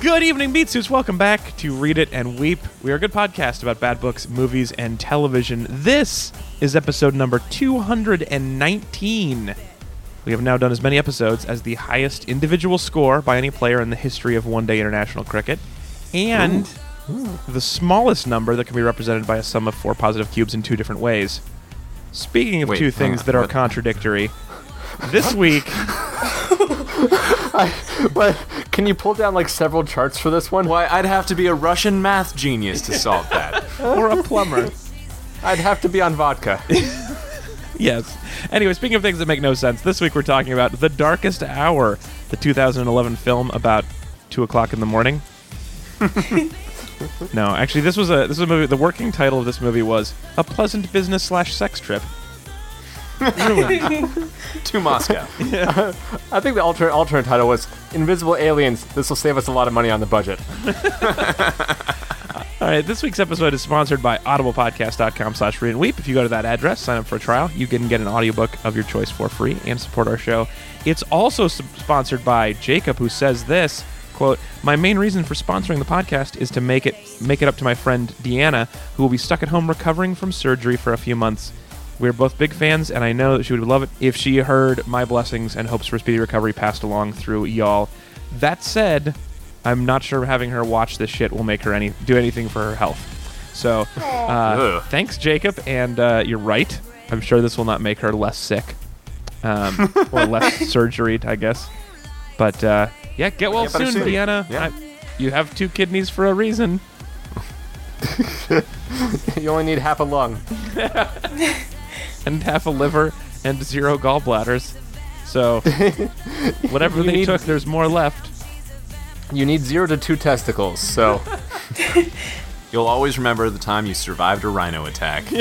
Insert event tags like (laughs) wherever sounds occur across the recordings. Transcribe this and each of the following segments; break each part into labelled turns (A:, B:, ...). A: Good evening, Beat Suits. Welcome back to Read It and Weep. We are a good podcast about bad books, movies, and television. This is episode number 219. We have now done as many episodes as the highest individual score by any player in the history of one day international cricket, and the smallest number that can be represented by a sum of four positive cubes in two different ways. Speaking of
B: Wait,
A: two
B: hang
A: things
B: on,
A: that are
B: what-
A: contradictory, this
B: (laughs)
A: week.
C: But can you pull down like several charts for this one?
B: Why, I'd have to be a Russian math genius to solve that.
A: or a plumber.
C: (laughs) I'd have to be on vodka.
A: yes. Anyway, speaking of things that make no sense, this week we're talking about The Darkest Hour, the 2011 film about two o'clock in the morning. no, actually, this was a this was a movie. The working title of this movie was A Pleasant Business Slash Sex Trip.
B: (laughs) to Moscow.
C: (laughs) I think the alternate alternate title was Invisible Aliens. This will save us a lot of money on the budget. (laughs)
A: All right, this week's episode is sponsored by audiblepodcast.com slash read and weep. If you go to that address, sign up for a trial, you can get an audiobook of your choice for free and support our show. It's also s- sponsored by Jacob, who says this, quote, My main reason for sponsoring the podcast is to make it make it up to my friend Deanna, who will be stuck at home recovering from surgery for a few months. We're both big fans, and I know that she would love it if she heard my blessings and hopes for speedy recovery passed along through y'all. That said, I'm not sure having her watch this shit will make her any do anything for her health. So, uh,
B: Ugh.
A: thanks, Jacob, and uh, you're right. I'm sure this will not make her less sick um, or less
B: (laughs)
A: surgeried, I guess. But uh, yeah, get well
B: Get better
A: soon,
B: soon.
A: Deanna.
B: Yeah.
A: I- you have two kidneys for a reason.
C: You only need half a lung.
A: and half a liver and zero gallbladders.
B: (laughs)
A: So whatever
C: You
A: they
C: need-
A: took, there's more left.
C: You need zero to two testicles.
B: (laughs)
C: So
B: You'll always remember the time you survived a rhino attack.
A: (laughs)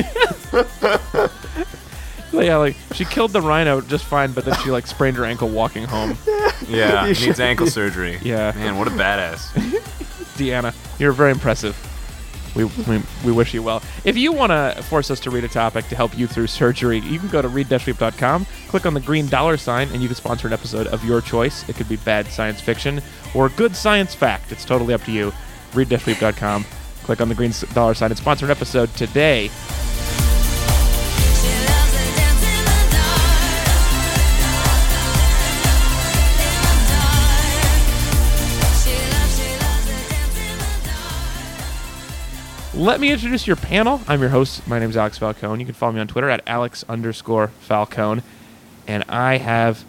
A: Yeah, like she killed the rhino just fine, but then she like sprained her ankle walking home.
B: Yeah,
C: You should-
B: needs ankle surgery.
A: Yeah.
B: Man, what
A: (laughs)
B: a badass.
A: Deanna, you're very impressive. We, we, we wish you well. If you want to force us to read a topic to help you through surgery, you can go to read-weep.com, click on the green dollar sign, and you can sponsor an episode of your choice. It could be bad science fiction or good science fact. It's totally up to you. Read-weep.com, click on the green s- dollar sign, and sponsor an episode today.
D: She loves to dance in the dark, in the dark. She loves, she loves to dance in the dark.
A: Let me introduce your panel. I'm your host. My name is Alex Falcone. You can follow me on Twitter at alex underscore falcone. And I have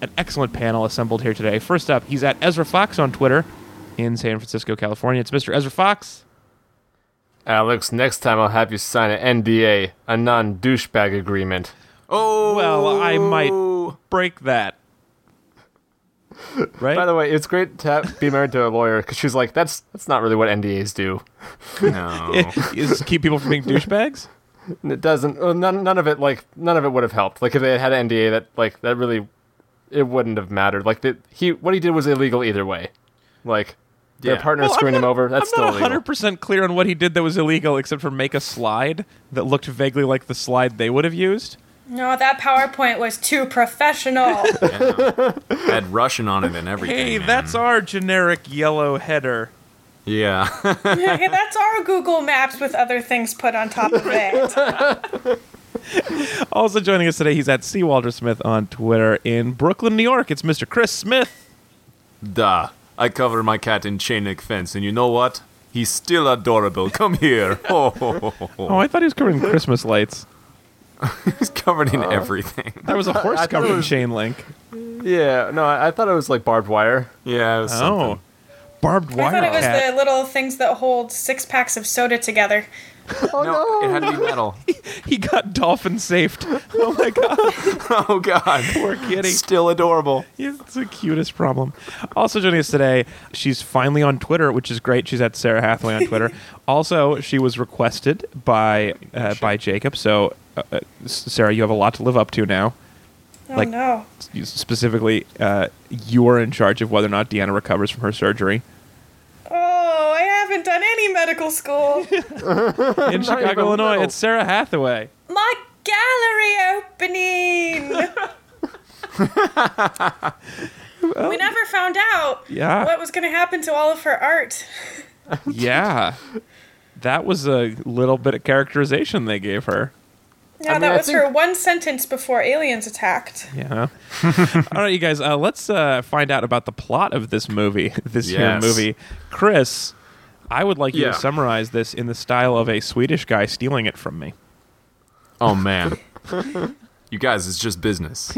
A: an excellent panel assembled here today. First up, he's at Ezra Fox on Twitter in San Francisco, California. It's Mr. Ezra Fox.
C: Alex, next time I'll have you sign an NDA, a non-douchebag agreement.
B: Oh.
A: Well, I might- Break
C: (laughs)
A: that. Right?
C: By the way, it's great to ha be married to a lawyer because she's like, that's that's not really what NDAs do.
B: No.
A: (laughs) is keep people from being douchebags?
C: And it doesn't. uh, None, none of it like none of it would have helped. Like if they had had an NDA, that like that really, it wouldn't have mattered. Like that he what he did was illegal either way. Like their
B: Yeah.
C: partner
A: Well, I'm
C: screwing him
A: not-
C: over. (laughs) That's
A: I'm
C: still
A: not
C: illegal.
A: 100% clear on what he did that was illegal except for make a slide that looked vaguely like the slide they would have used.
E: No, that PowerPoint was too professional.
B: Had Russian on it and everything.
A: Hey,
B: man.
A: that's our generic yellow header.
B: Yeah. (laughs)
E: Okay, That's our Google Maps with other things put on top of it.
A: Also joining us today, he's at C. Walter Smith on Twitter in Brooklyn, New York. It's Mr. Chris Smith.
B: Duh. I cover my cat in chain link fence, and you know what? He's still adorable. Come here. (laughs) Oh, ho, ho, ho, ho.
A: Oh, I thought he was
C: (laughs)
A: covering Christmas lights.
B: he's covered
A: Uh-huh.
B: in everything.
A: That was a horse
C: I thought it
A: covered in
C: was-
A: chain
C: (laughs)
A: link.
C: Yeah, no, I, I thought it was like barbed wire.
B: Yeah. It was
A: Oh,
B: something.
A: barbed
E: I
A: wire
E: thought it was
A: cat.
E: the little things that hold six packs of soda together.
A: Oh,
B: No, it had to be
A: (laughs)
B: metal. (laughs)
A: He got dolphin safed. (laughs) Oh my god,
B: oh God.
A: poor kitty.
B: Still adorable.
A: It's the cutest problem. Also joining us today, she's finally on Twitter, which is great. She's at Sarah Hathaway on
E: (laughs)
A: Twitter. also, she was requested by uh, by Jacob. So, uh, uh, S- Sarah, you have a lot to live up to now.
E: Oh
A: Like-
E: no.
A: you- specifically uh, you're in charge of whether or not Deanna recovers from her surgery.
C: (laughs)
E: Oh, I haven't done any medical school.
A: In Chicago,
C: even
A: Illinois,
C: little.
A: it's Sarah Hathaway.
E: My gallery opening.
A: (laughs)
E: We never found out
A: Yeah.
E: what was going to happen to all of her art.
A: yeah. That was a little bit of characterization they gave her.
E: Yeah,
C: I mean,
E: that
C: I
E: was her
C: think-
E: one sentence before aliens attacked.
A: (laughs) Yeah. All right, you guys, uh, let's uh, find out about the plot of this movie, (laughs) this here
B: Yes.
A: movie. Chris, I would like you
B: Yeah.
A: to summarize this in the style of a Swedish guy stealing it from me. (laughs)
B: Oh man. you guys, it's just business.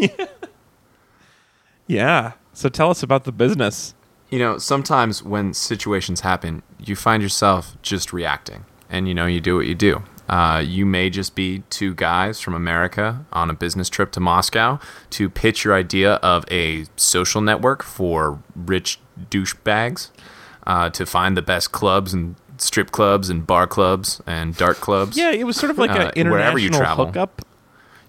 A: Yeah. So tell us about the business.
B: you know, sometimes when situations happen, you find yourself just reacting, and you know, you do what you do. Uh, you may just be two guys from America on a business trip to Moscow to pitch your idea of a social network for rich douchebags uh, to find the best clubs and strip clubs and bar clubs and dart clubs.
A: Yeah, it was sort of like
B: Uh,
A: an
B: wherever you
A: international
B: travel.
A: hookup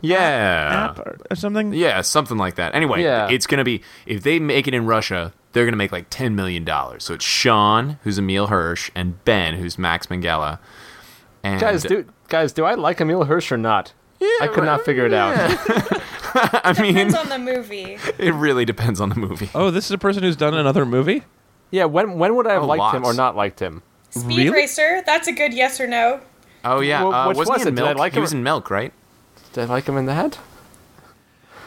B: yeah,
A: app or, or something.
B: yeah, something like that. Anyway,
C: Yeah.
B: it's gonna be if they make it in Russia, they're gonna make like ten million dollars. So it's Sean, who's Emil Hirsch, and Ben, who's Max Mangala. And
C: Guys, do guys, do I like Emil Hirsch or not? I could not figure it out.
B: I mean,
E: Depends on the movie.
B: (laughs) it really depends on the movie.
C: Uh,
A: Oh, this is a person who's done another movie?
C: Yeah, when when would I have
B: Oh,
C: liked him or
B: lots.
C: not liked him?
E: Speed
A: Really?
E: Racer, that's a good yes or no.
B: Oh yeah,
C: Well,
B: uh,
C: which
B: wasn't
C: was
B: he in
C: it? Did I
B: Milk?
C: like
B: he
C: him?
B: was in Milk, right?
C: Did I like him in that?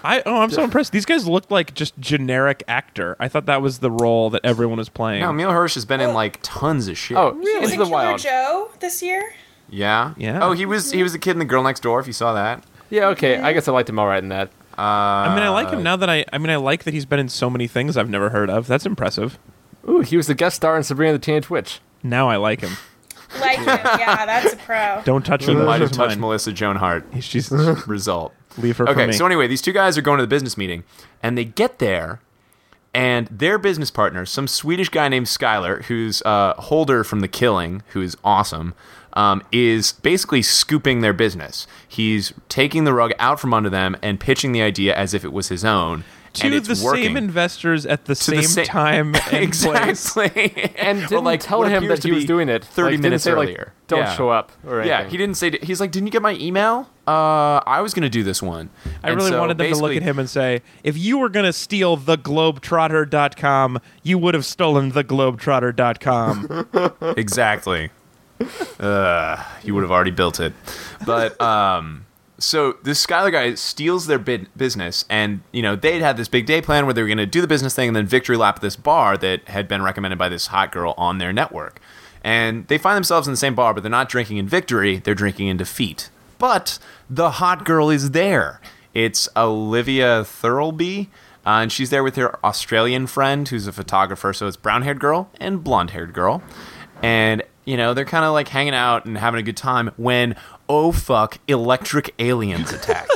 A: I oh, I'm so impressed. These guys looked like just generic actor. I thought that was the role that everyone was playing.
B: No, Emil Hirsch has been in
E: Well-
B: like tons of shit.
C: Oh,
E: He was
C: Into
E: in
C: the
E: Killer
C: Wild.
E: Joe this year.
B: yeah,
A: Yeah.
B: Oh, he was he was the kid in the girl next door. If you saw that,
C: Yeah, okay. I guess I liked him all right in that.
B: uh,
A: I mean, I like him now that I. I mean, I like that he's been in so many things I've never heard of. That's impressive.
C: Ooh, he was the guest star in Sabrina the Teenage Witch.
A: Now I like him.
E: Like him. Yeah, that's a pro.
A: Don't touch
B: He
A: him.
B: might have
A: She's
B: touched
A: mine.
B: Melissa
A: (laughs)
B: Joan Hart. (laughs)
A: She's
B: Result.
A: leave her for
B: Okay,
A: me.
B: so anyway, these two guys are going to the business meeting, and they get there, and their business partner, some Swedish guy named Skyler, who's uh, Holder from The Killing, who is awesome, um, is basically scooping their business. He's taking the rug out from under them and pitching the idea as if it was his own. and
A: to
B: it's
A: the
B: working.
A: same
B: (laughs)
A: investors at the
B: To
A: same
B: the sa- (laughs)
A: time and place.
B: exactly.
C: (laughs) And
B: Or,
C: didn't tell
B: what
C: him
B: appears
C: that
B: to
C: he was
B: be
C: doing it.
B: 30
C: Like, didn't
B: minutes
C: say, like,
B: earlier.
C: Don't
B: Yeah.
C: show up or anything.
B: Yeah, he didn't say. He's like, didn't you get my email? Uh, I was gonna do this one.
A: I really wanted them to look at him and say, if you were going to steal theglobetrotter.com, you would have stolen theglobetrotter.com.
B: exactly. uh, you would have already built it, but um, so this Skylar guy steals their bid- business, and you know they'd had this big day plan where they were going to do the business thing and then victory lap this bar that had been recommended by this hot girl on their network, and they find themselves in the same bar, but they're not drinking in victory; they're drinking in defeat. But the hot girl is there. It's Olivia Thirlby. Uh, and she's there with her Australian friend, who's a photographer. So it's brown-haired girl and blonde-haired girl, and you know they're kind of like hanging out and having a good time when oh fuck electric aliens attack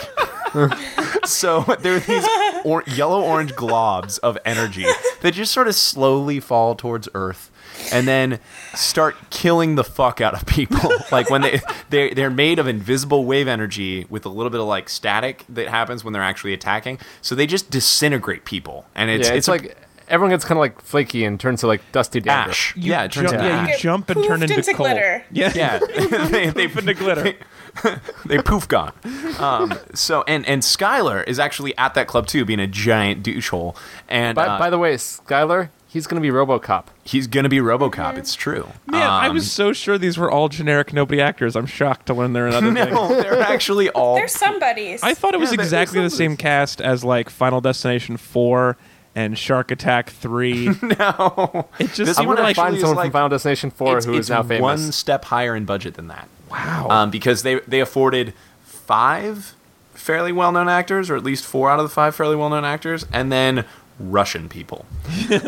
B: (laughs) so there are these or- yellow orange globs of energy that just sort of slowly fall towards earth and then start killing the fuck out of people (laughs) like when they they're, they're made of invisible wave energy with a little bit of like static that happens when they're actually attacking so they just disintegrate people and
C: Yeah,
B: it's
C: it's,
B: it's, a-
C: like everyone gets kind of like flaky and turns to like dusty dander.
B: ash
A: You
B: yeah it turns
A: jump,
B: into
A: yeah,
B: ash.
A: you jump and turn
E: Poofed
A: into,
E: into
A: coal.
E: glitter.
A: Yeah,
B: Yeah, (laughs) they, they
A: Poofed into glitter.
B: (laughs) they poof gone. Um, so and and Skyler is actually at that club too, being a giant douchehole. And
C: By,
B: uh,
C: by the way, Skylar, he's gonna be RoboCop.
B: he's gonna be RoboCop. It's true.
A: Man, I
B: Um,
A: was so sure these were all generic nobody actors. I'm shocked to learn they're another thing.
B: (laughs) (laughs) No,
C: (laughs)
B: they're actually all.
E: There's somebody's.
A: I thought it was
B: Yeah, that-
A: exactly the
B: that's not what
A: same cast as like Final Destination Four and Shark Attack
B: (laughs)
A: Three.
B: (laughs) no.
A: It just
B: This
A: seemed
B: one
A: like
C: Find
B: Actually,
C: someone
B: it's like-
C: from Final Destination Four
B: it's,
C: who is
B: it's
C: now famous.
B: one step higher in budget than that.
A: wow.
B: um, because they they afforded five fairly well known actors, or at least four out of the five fairly well known actors, and then Russian people.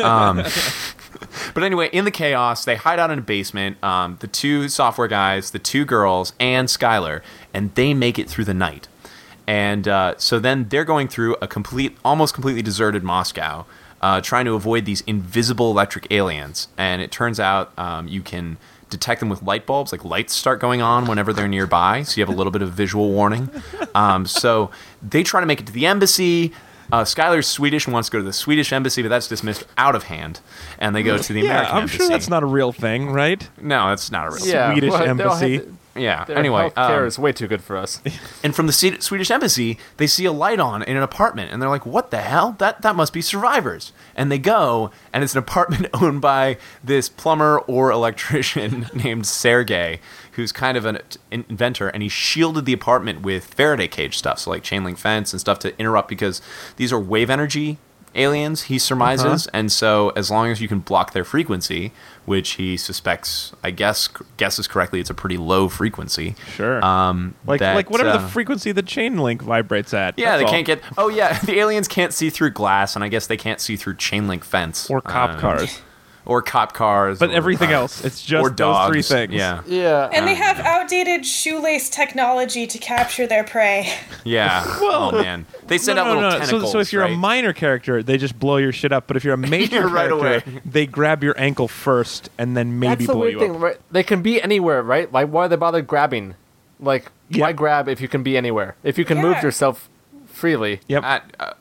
B: Um, but anyway, in the chaos, they hide out in a basement. Um, the two software guys, the two girls, and Skylar, and they make it through the night. And uh, so then they're going through a complete, almost completely deserted Moscow, uh, trying to avoid these invisible electric aliens. And it turns out um, you can detect them with light bulbs. Like lights start going on whenever they're nearby, so you have a little bit of visual warning. Um, so they try to make it to the embassy. Uh, Skylar's Swedish and wants to go to the Swedish embassy, but that's dismissed out of hand. And they go to the
A: yeah,
B: American
A: I'm
B: embassy.
A: sure that's not a real thing, right?
B: No, that's not a real.
C: yeah,
A: Swedish
C: well, they'll have
A: embassy.
C: to-
B: yeah.
C: Their
B: anyway,
C: healthcare
B: um,
C: is way too good
A: (laughs)
C: for us.
B: and from the Se- Swedish embassy, they see a light on in an apartment, and they're like, "What the hell? That that must be survivors." And they go, and it's an apartment (laughs) owned by this plumber or electrician (laughs) named Sergey, who's kind of an in- inventor, and he shielded the apartment with Faraday cage stuff, so like chain link fence and stuff to interrupt because these are wave energy aliens. He surmises, and so as long as you can block their frequency, which he suspects, I guess, guesses correctly, it's a pretty low frequency.
A: Sure.
B: Um,
A: like
B: that,
A: like whatever
B: uh,
A: the frequency the chain link vibrates at.
B: yeah,
A: that's
B: they
A: all.
B: can't get. Oh yeah, (laughs) the aliens can't see through glass, and I guess they can't see through chain link fence
A: or cop
B: Um,
A: cars.
B: or cop cars,
A: But
B: or,
A: everything
B: uh,
A: else, it's
B: or
A: just those three
B: dogs.
A: things.
B: Yeah,
C: yeah.
E: And they have outdated shoelace technology to capture their prey.
A: (laughs)
B: yeah.
A: Well-
B: oh man, they send
A: No,
B: out
A: no,
B: little
A: no, no. So,
B: tentacles.
A: so if you're
B: right?
A: a minor character, they just blow your shit up. But if
B: (laughs)
A: you're a major
B: right
A: character,
B: away.
A: they grab your ankle first and then maybe
C: That's the
A: blow
C: weird
A: you
C: thing,
A: up.
C: right? They can be anywhere, right? Like, why they bother grabbing? Like,
A: Yeah.
C: why grab if you can be anywhere? If you can move
E: Yeah.
C: yourself freely.
A: Yep.
B: I- uh,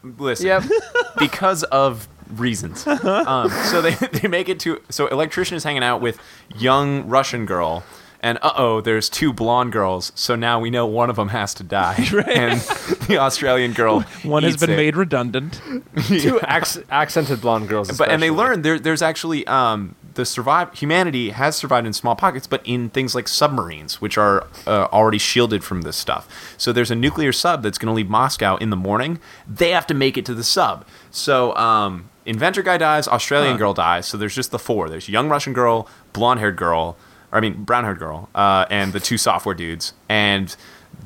A: (laughs)
B: listen,
C: Yep.
B: (laughs) because of reasons.
A: Uh-huh.
B: um, so they, (laughs) they make it to so electrician is hanging out with young Russian girl, and uh oh, there's two blonde girls. So now we know one of them has
A: (laughs)
B: to die, and the Australian girl
A: One has
B: eats
A: been
B: it.
A: made redundant.
C: Two acc- accented blonde girls.
B: But and they
C: especially.
B: learn there, there's actually um, the survive humanity has survived in small pockets, but in things like submarines, which are uh, already shielded from this stuff. So there's a nuclear sub that's going to leave Moscow in the morning. They have to make it to the sub. So um, inventor guy dies, Australian girl dies. So there's just the four. There's young Russian girl, blonde haired girl, or I mean brown haired girl, uh, and the two software dudes and.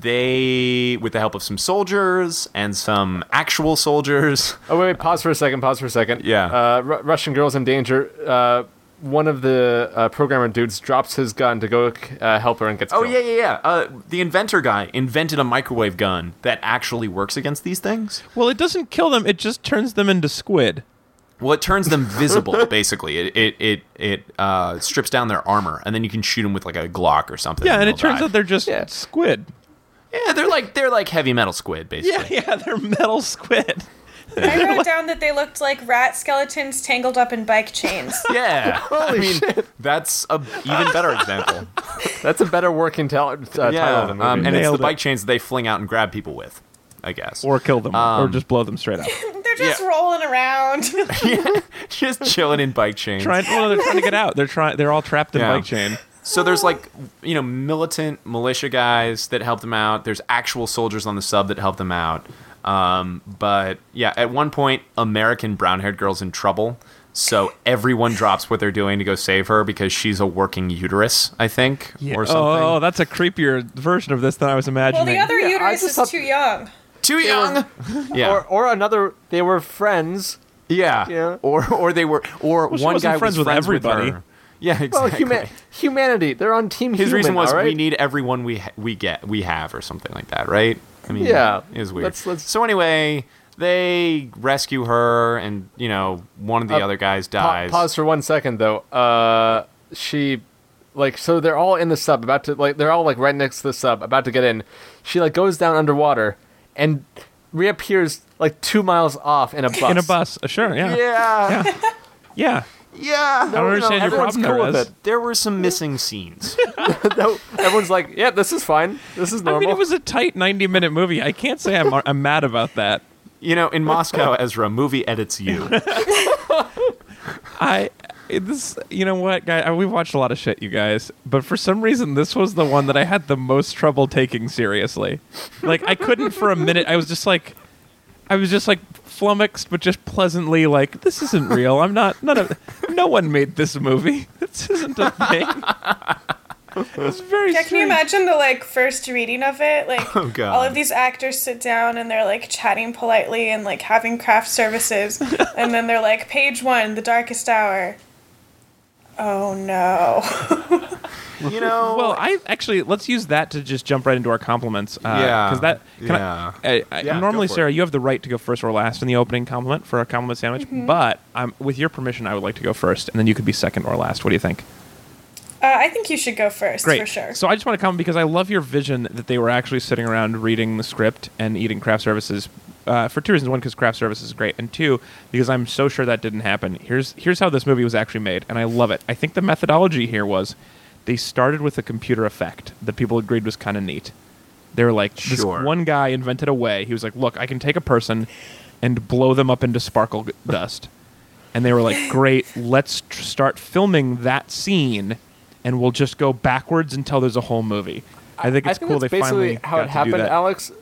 B: They, with the help of some soldiers and some actual soldiers,
C: Oh wait, wait, pause for a second. Pause for a second.
B: Yeah.
C: Uh, Ru- Russian girls in danger. Uh, one of the uh, programmer dudes drops his gun to go uh, help her and gets.
B: Oh
C: killed.
B: yeah, yeah, yeah. Uh, the inventor guy invented a microwave gun that actually works against these things.
A: (laughs) Well, it doesn't kill them. It just turns them into squid.
B: Well, it turns
A: (laughs)
B: them visible. Basically, it it it, it uh, strips down their armor, and then you can shoot them with like a Glock or something.
A: Yeah, and
B: they'll
A: it turns
B: die.
A: out they're just
C: Yeah.
A: squid.
B: yeah, they're like they're like heavy metal squid, (laughs)
A: Yeah,
B: basically.
A: yeah, they're metal squid.
E: I wrote down that they looked like rat skeletons tangled up in bike chains.
A: (laughs)
B: Yeah, I mean that's a even better example.
C: That's a better working tel- uh, title
B: yeah,
C: of the movie.
B: um, and it's the
A: Nailed it.
B: bike chains that they fling out and grab people with, I guess,
A: Or kill them. or
B: Um,
A: just blow them straight up.
E: They're just
B: Yeah.
E: rolling around.
B: (laughs) just chilling in bike
A: (laughs) (laughs)
B: chains.
A: trying well, they're trying to get out. They're trying they're all trapped in
B: Yeah.
A: bike chain.
B: So there's like you know militant militia guys that help them out. There's actual soldiers on the sub that help them out. Um, but yeah, at one point, American brown-haired girl's in trouble, so everyone drops what they're doing to go save her because she's a working uterus, I think, or something.
A: Oh, oh, that's a creepier version of this than I was
E: well,
A: imagining.
E: the other
C: I
E: uterus
C: just
E: is
C: thought-
E: too young.
C: (laughs)
B: Too young. Yeah,
C: Or, or another, they were friends.
B: yeah,
C: Yeah.
B: Or or they were or
A: she
B: one
A: wasn't
B: guy was
A: friends with everybody.
B: her. Yeah,
C: Well,
B: exactly.
C: Oh, huma- humanity. They're on team.
B: His
C: human,
B: reason was
C: all right?
B: we need everyone we ha- we get we have or something like that, right? I mean,
C: Yeah.
B: it was weird.
C: Let's- let's-
B: So anyway, they rescue her, and you know, one of the
C: Uh,
B: other guys
C: Pa-
B: dies.
C: pause for one second though. Uh, she, like, so they're all in the sub, about to like, they're all like right next to the sub, about to get in. She like goes down underwater and reappears like two miles off in a bus.
A: in a bus. Uh, Sure, yeah.
B: Yeah,
A: Yeah.
B: yeah.
A: I don't understand your
C: everyone's
A: problem
C: cool
A: there,
C: with
A: Rez.
C: it.
B: There were some missing scenes.
C: No, everyone's like, yeah, this is fine. This is normal.
A: I mean, it was a tight 90 minute movie. I can't say I'm, (laughs) I'm mad about that.
B: You know, in
A: (laughs)
B: Moscow, Ezra, movie edits you.
A: I this you know what guy I- we've watched a lot of shit you guys but for some reason this was the one that I had the most trouble taking seriously like I couldn't for a minute I was just like I was just like flummoxed but just pleasantly like this isn't real I'm not none of no one made this movie (laughs) this isn't a thing it was very
E: Yeah, can you
A: strange.
E: imagine the like first reading of it? Like
B: Oh, God.
E: all of these actors sit down and they're like chatting politely and like having craft services, and then they're like, page one, the darkest hour. Oh no!
B: You know.
A: Well, I actually let's use that to just jump right into our compliments. Uh,
B: Yeah.
A: because that can
B: Yeah.
A: I, uh, I, I-
B: Yeah,
A: normally,
B: go for it.
A: Sarah, you have the right to go first or last in the opening compliment for a compliment sandwich. But um, with your permission, I would like to go first, and then you could be second or last. What do you think?
E: Uh, I think you should go first
A: Great.
E: for sure.
A: So I just want to comment because I love your vision that they were actually sitting around reading the script and eating craft services uh, for two reasons: one, because craft services is great, and two, because I'm so sure that didn't happen. Here's here's how this movie was actually made, and I love it. I think the methodology here was they started with a computer effect that people agreed was kind of neat. They were like, this
B: Sure.
A: one guy invented a way. He was like, look, I can take a person and blow them up into sparkle g- dust. And they were
C: (gasps)
A: like, great, let's tr- start filming that scene and we'll just go backwards until there's a whole movie. I think it's cool
C: that's
A: they
C: basically
A: finally got
C: how it
A: to do
C: happened,
A: that.
C: Alex.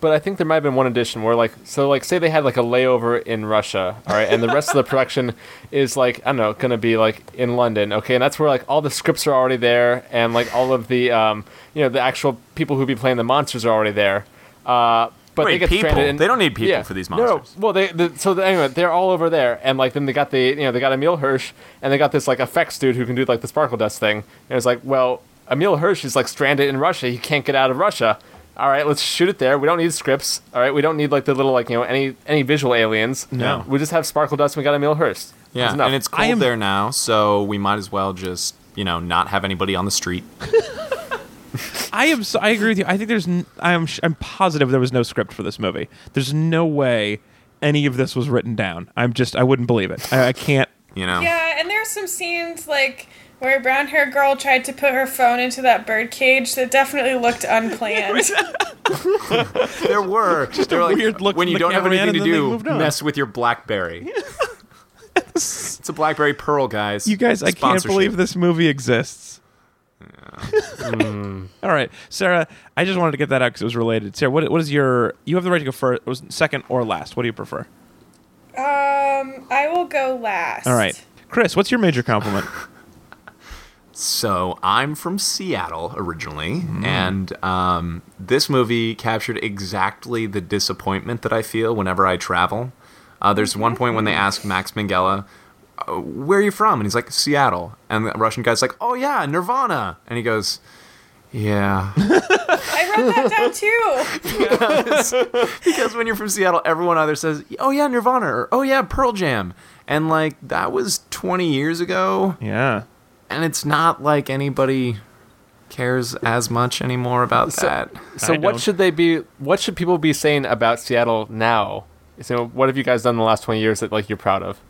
C: But I think there might have been one addition where, like, so, like, say they had like a layover in Russia, all right, and the rest of the production (laughs) is like, I don't know, gonna be like in London, okay, and that's where like all the scripts are already there, and like all of the, um, you know, the actual people who be playing the monsters are already there. Uh, but
B: Wait,
C: they get
B: people?
C: stranded. In,
B: They don't need people for these monsters.
C: No, well, they, the, so the, anyway, they're all over there, and like then they got the, you know, they got Emil Hirsch, and they got this like effects dude who can do like the sparkle dust thing, and it's like, well, Emil Hirsch is like stranded in Russia. He can't get out of Russia. All right, let's shoot it there. We don't need scripts. All right, we don't need like the little like you know any any visual aliens.
B: No.
C: we just have sparkle dust. and We got Emil Hirsch.
B: Yeah,
C: That's enough.
B: and it's cold
A: I am-
B: there now, so we might as well just you know not have anybody on the street.
A: I am. So, I agree with you. I think there's. n- I'm. sh- I'm positive there was no script for this movie. There's no way any of this was written down. I'm just. I wouldn't believe it. I, I can't.
B: You know,
E: Yeah, and there's some scenes like where a brown haired girl tried to put her phone into that bird cage that definitely looked unplanned.
A: (laughs)
B: there were just
A: a weird look
B: when
A: from
B: you
A: the
B: don't have
A: cameraman,
B: anything
A: and then
B: to
A: they
B: do.
A: moved on.
B: Mess with
A: (laughs)
B: your BlackBerry. it's a BlackBerry Pearl, guys.
A: You guys, I can't believe this movie exists. (laughs) All right, Sarah. I just wanted to get that out because it was related. Sarah, what, what is your? You have the right to go first, was second or last. What do you prefer?
E: um, I will go last.
A: All right, Chris. What's your major (sighs) compliment?
B: So I'm from Seattle originally,
A: Mm.
B: and um, this movie captured exactly the disappointment that I feel whenever I travel. Uh, there's one point when they
A: Mm.
B: ask Max Minghella, uh, "Where are you from?" and he's like, "Seattle," and the Russian guy's like, "Oh yeah, Nirvana," and he goes, "Yeah."
E: I wrote that
A: (laughs)
E: down too.
B: because when you're from Seattle, everyone either says, "Oh yeah, Nirvana," or "Oh yeah, Pearl Jam," and like that was 20 years ago.
A: yeah.
B: and it's not like anybody cares as much anymore about that.
C: so
A: I
C: what
A: don't-
C: should they be? What should people be saying about Seattle now? So what have you guys done in the last twenty years that like you're proud of?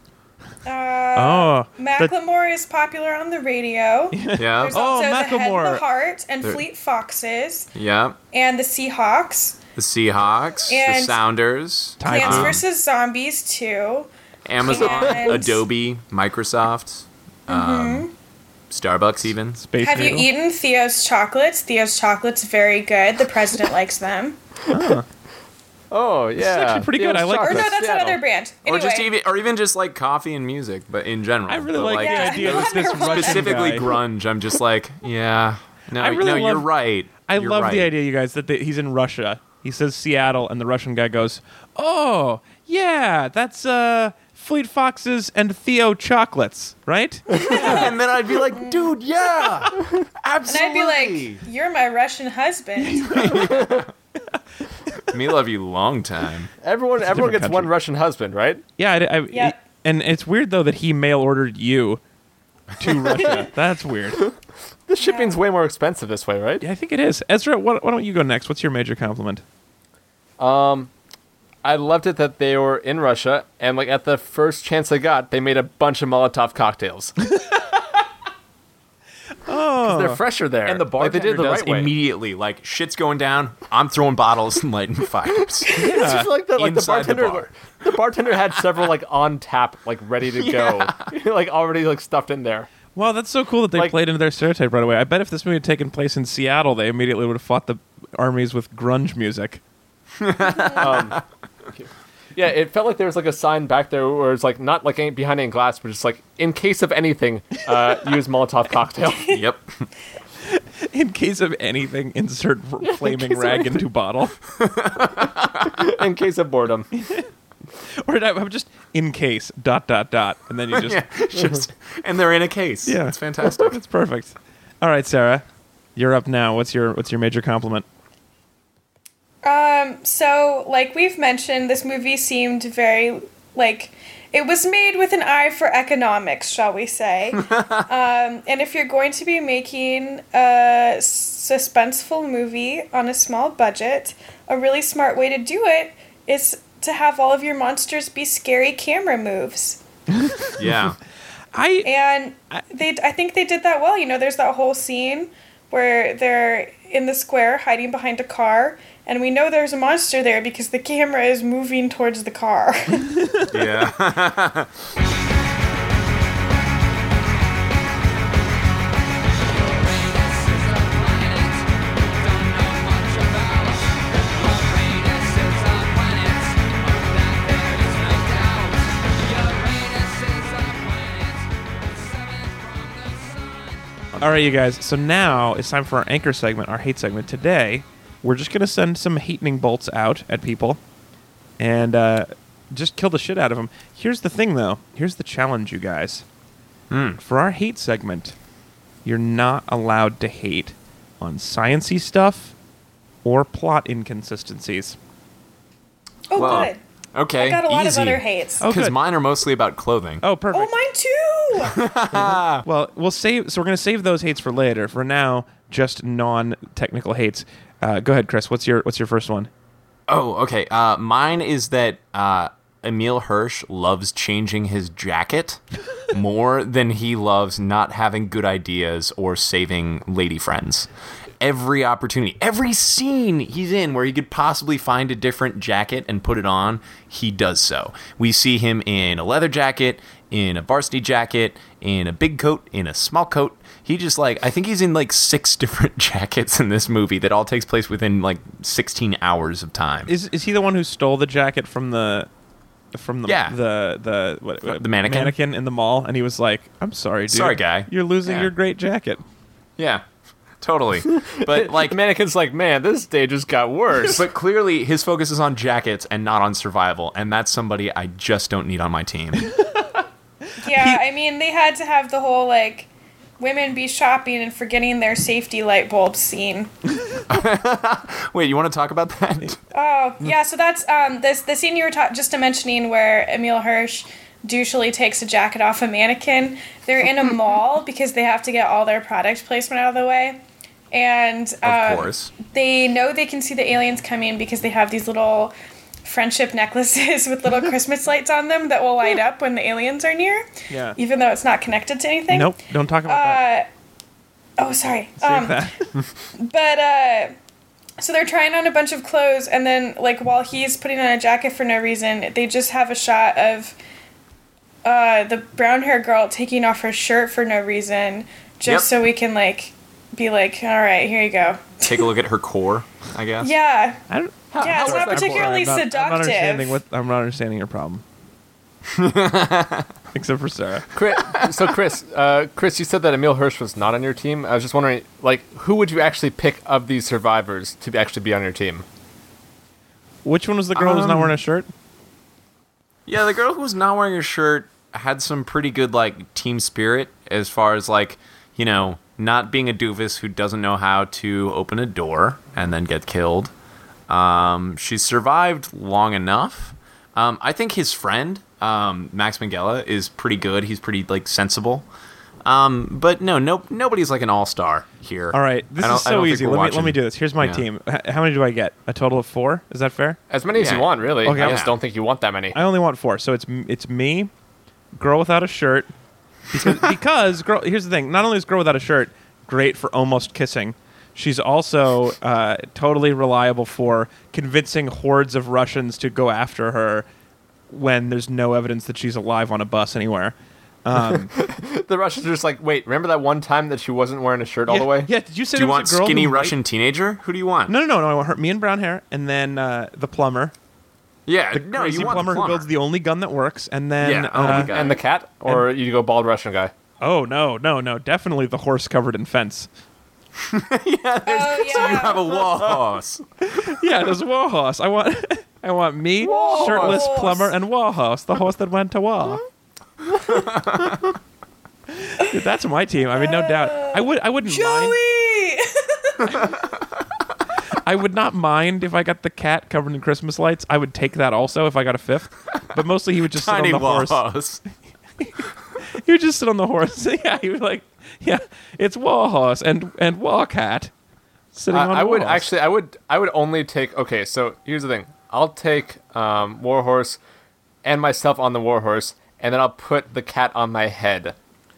E: Uh,
A: Oh, that-
E: Macklemore is popular on
A: (laughs)
E: the radio.
B: Yeah.
E: There's
B: Oh,
E: also The Head and
A: Macklemore.
E: the Heart and
B: There-
E: Fleet Foxes
B: yeah.
E: and the Seahawks.
B: The Seahawks, the
E: And-
B: Sounders,
A: Tigers.
E: Plants
A: Um,
E: vs. Zombies too.
B: Amazon,
E: And- Mm-hmm.
B: Adobe, Microsoft, um, Starbucks, even.
A: Space
E: Have you
A: Needle?
E: eaten Theo's chocolates? Theo's chocolates very good. The president likes them.
C: Oh yeah,
A: actually pretty good. I like
E: Or no,
A: That's
E: that's another brand.
B: Or
E: Anyway,
B: just even, or even just like coffee and music, but in general.
A: I really
B: But,
A: like, the
E: Yeah.
A: idea that
E: (laughs) Yeah.
A: this Russian
B: specifically
A: guy-
B: grunge. I'm just like, yeah. No,
A: I really
B: no, you're
A: love-
B: right.
A: I
B: You're
A: love the
B: right.
A: idea, you guys, that they, he's in Russia. He says Seattle, and the Russian guy goes, "Oh, yeah, that's uh, Fleet Foxes and Theo Chocolates,
B: (laughs)
A: right?"
C: (laughs)
B: and then I'd be like, dude,
E: (laughs)
B: yeah,
E: and
B: absolutely.
E: I'd be like, "You're my Russian husband."
B: me love you long time.
C: Everyone, everyone gets
A: different
C: one
A: country.
C: Russian husband, right?
A: yeah, I, I-
E: Yep.
A: and it's weird though that he mail ordered you
E: (laughs)
A: to Russia. That's weird.
C: The shipping's way more expensive this way, right?
A: Yeah, I think it is. Ezra, why, why don't you go next? What's your major compliment?
C: I loved it that they were in Russia, and like at the first chance they got, they made a bunch of Molotov (laughs) cocktails. oh, they're fresher there,
B: And the
C: like,
B: bartender
C: they did it the
B: does
C: right way.
B: immediately, like shit's going down. I'm throwing bottles and lighting fires.
C: (laughs) It's just like the, like the
B: Inside the
C: bartender. The,
B: bar.
C: bartender had several like on tap, like ready to
B: (laughs)
C: go, (laughs) like already like stuffed in there.
A: Wow, that's so cool that they
C: Like-
A: played into their stereotype right away. I bet if this movie had taken place in Seattle, they immediately would have fought the armies with grunge music. (laughs)
C: Yeah, it felt like there was like a sign back there where it's like not like any- behind any glass, but just like in case of anything, (laughs) uh, use Molotov cocktail.
B: yep.
A: In case of anything, insert
C: (laughs)
A: r- flaming
C: case of
A: rag
C: anything.
A: into
C: (laughs)
A: bottle.
C: in case of (laughs) boredom.
A: or no, I'm just in case dot dot dot, and
C: (laughs)
A: then you just
B: Yeah, (laughs) just- and they're in a case.
A: Yeah. (laughs)
B: it's fantastic.
A: that's perfect. All right, Sarah, you're up now. What's your what's your major compliment?
E: um, so like we've mentioned, this movie seemed very like it was made with an eye for economics, shall we
B: (laughs)
E: say? um, and if you're going to be making a suspenseful movie on a small budget, a really smart way to do it is to have all of your monsters be scary camera moves.
B: yeah,
A: I
E: and
A: I-
E: they I think they did that well. You know, there's that whole scene where they're in the square hiding behind a car, and we know there's a monster there because the camera is moving towards the car. (laughs)
B: Yeah. (laughs)
A: All right, you guys. So now it's time for our anchor segment, our hate segment. Today, we're just going to send some hatening bolts out at people and uh, just kill the shit out of them. Here's the thing, though. Here's the challenge, you guys. For our hate segment, you're not allowed to hate on sciency stuff or plot inconsistencies.
E: oh,
B: Wow.
E: good.
B: Okay.
E: I got a lot
B: easy.
E: of other hates.
A: Oh,
E: Oh,
B: Because
A: good.
B: mine are mostly about clothing.
A: Oh, perfect.
E: mine
A: (laughs)
E: too.
A: Oh, Well, we'll save. So we're going to save those hates for later. For now, just non-technical hates. Uh, go ahead, Chris. What's your What's your first one?
B: Oh, okay. Uh, mine is that uh, Emil Hirsch loves changing his jacket more than he loves not having good ideas or saving lady friends. Every opportunity, every scene he's in where he could possibly find a different jacket and put it on, he does so. We see him in a leather jacket, in a varsity jacket, in a big coat, in a small coat. He just like I think he's in like six (laughs) different jackets in this movie that all takes place within like 16 hours of time.
A: Is is he the one who stole the jacket from the from the
B: Yeah.
A: the the what, what-
B: The mannequin?
A: in the mall and he was like, "I'm sorry, dude.
B: Sorry, guy.
A: You're losing
B: Yeah.
A: your great jacket."
B: yeah. Totally.
C: (laughs)
B: But like
C: the mannequin's like, man, this day just got worse.
B: but clearly his focus is on jackets and not on survival and that's somebody I just don't need on my team.
E: yeah, I mean, they had to have the whole like women be shopping and forgetting their safety light bulb scene.
B: Wait, you want to talk about that?
E: Oh yeah, so that's um this the scene you were ta- just mentioning where Emil Hirsch douchily takes a jacket off a mannequin. They're
A: (laughs)
E: in a mall because they have to get all their product placement out of the way, and um,
B: Of course.
E: they know they can see the aliens coming because they have these little friendship necklaces (laughs)
A: (laughs)
E: with little Christmas lights on them that will light up when the aliens are near.
A: Yeah.
E: Even though it's not connected to anything.
A: Nope, don't talk about that.
E: Uh, oh, sorry.
A: Save
E: um,
A: that. (laughs)
E: but uh so they're trying on a bunch of clothes and then like while he's putting on a jacket for no reason they just have a shot of uh the brown hair girl taking off her shirt for no reason just
B: Yep.
E: so we can like be like all right here you go
B: Take a look at her core, I guess.
E: yeah
A: I don't,
E: yeah
B: how
E: it's not
B: is that
E: particularly
A: I'm not, I'm not understanding
E: seductive
A: what I'm not understanding your problem. (laughs) Except for Sarah.
C: Chris, so Chris, uh, Chris, you said that Emil Hirsch was not on your team. I was just wondering, like, who would you actually pick of these survivors to actually be on your team?
A: Which one was the girl who's not
B: Um,
A: wearing a shirt?
B: Yeah, the girl who was not wearing her shirt had some pretty good like team spirit as far as like, you know, not being a doofus who doesn't know how to open a door and then get killed. Um, she survived long enough. Um, I think his friend, um, Max Mangela, is pretty good. He's pretty like sensible. Um, but no, no, nobody's like an all star here.
A: All right, this
B: I don't-
A: is
B: I don't
A: so
B: think
A: easy.
B: we're
A: Let me let
B: watching-
A: me do this. Here's my
B: Yeah.
A: team. H- how many do I get? A total of four. Is that fair?
C: As many as you
B: Yeah.
C: want, really.
A: Okay.
C: I just
B: Yeah.
C: don't think you want that many.
A: I only want four. So it's m- it's me, girl without a shirt, because, because girl. Here's the thing: not only is girl without a shirt great for almost kissing, she's also uh, totally reliable for convincing hordes of Russians to go after her when there's no evidence that she's alive on a bus anywhere.
C: The Russians are just like, wait, remember that one time that she wasn't wearing a shirt all
A: yeah,
C: the way?
A: Yeah. Did you say
B: Do you
A: there was
B: want
A: a girl
B: skinny
A: who might-
B: Russian teenager? Who do you want?
A: No, no, no, no. I want her. Me and brown hair, and then uh, the plumber.
B: yeah,
A: The
B: no,
A: crazy
B: you want the
A: plumber, who builds the only gun that works, and then
B: Yeah, oh my
A: uh,
B: God.
C: And the cat, or you go bald Russian guy.
A: oh no, no, no, definitely the horse covered in fence.
E: oh
B: (laughs) (laughs) You
E: yeah
B: have
A: (laughs)
B: a wall horse.
A: Yeah, there's war horse. I want, (laughs) I want me,
C: War
A: shirtless
E: horse.
A: plumber, and war horse, the horse that went to war. (laughs) Dude, that's my team. I mean, no doubt. I would, I wouldn't mind.
E: Joey
A: I would not mind if I got the cat covered in Christmas lights. I would take that also if I got a fifth. But mostly, he would just sit on
B: Tiny
A: the
B: wall
A: horse.
B: horse.
E: (laughs)
A: He would just sit on the horse. (laughs) yeah, he was like, yeah, it's war horse and and war cat sitting on.
C: I, I
A: a
C: would
A: horse.
C: actually, I would, I would only take. Okay, so here's the thing. I'll take um, Warhorse and myself on the Warhorse, and then I'll put the cat on my head.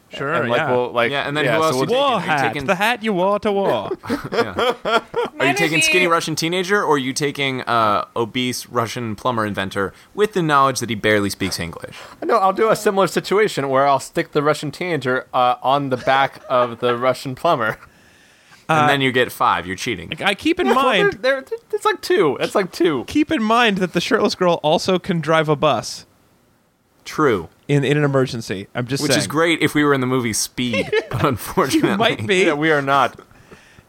A: Sure.
C: and like
A: yeah.
C: we'll like
B: Yeah, and then who else
C: we'll
B: you
C: do-
A: war
B: Are you
A: hat,
B: taking-
A: the hat you wore to
C: (laughs)
A: war.
B: Are you
E: Mine would
B: taking
E: be-
B: skinny Russian teenager, or are you taking uh, obese Russian plumber inventor with the knowledge that he barely speaks English?
C: No, I'll do a similar situation where I'll stick the Russian teenager uh, on the back of the Russian plumber.
A: Uh,
B: and then you get five. You're cheating.
A: I keep in
C: Well,
A: mind,
C: they're- they're- it's like two. It's like two.
A: keep in mind that the shirtless girl also can drive a bus
B: True,
A: in, in an emergency. I'm just
B: which
A: saying.
B: is great if we were in the movie
E: (laughs)
B: Speed, but (laughs) unfortunately,
A: You might be.
C: Yeah, we are not.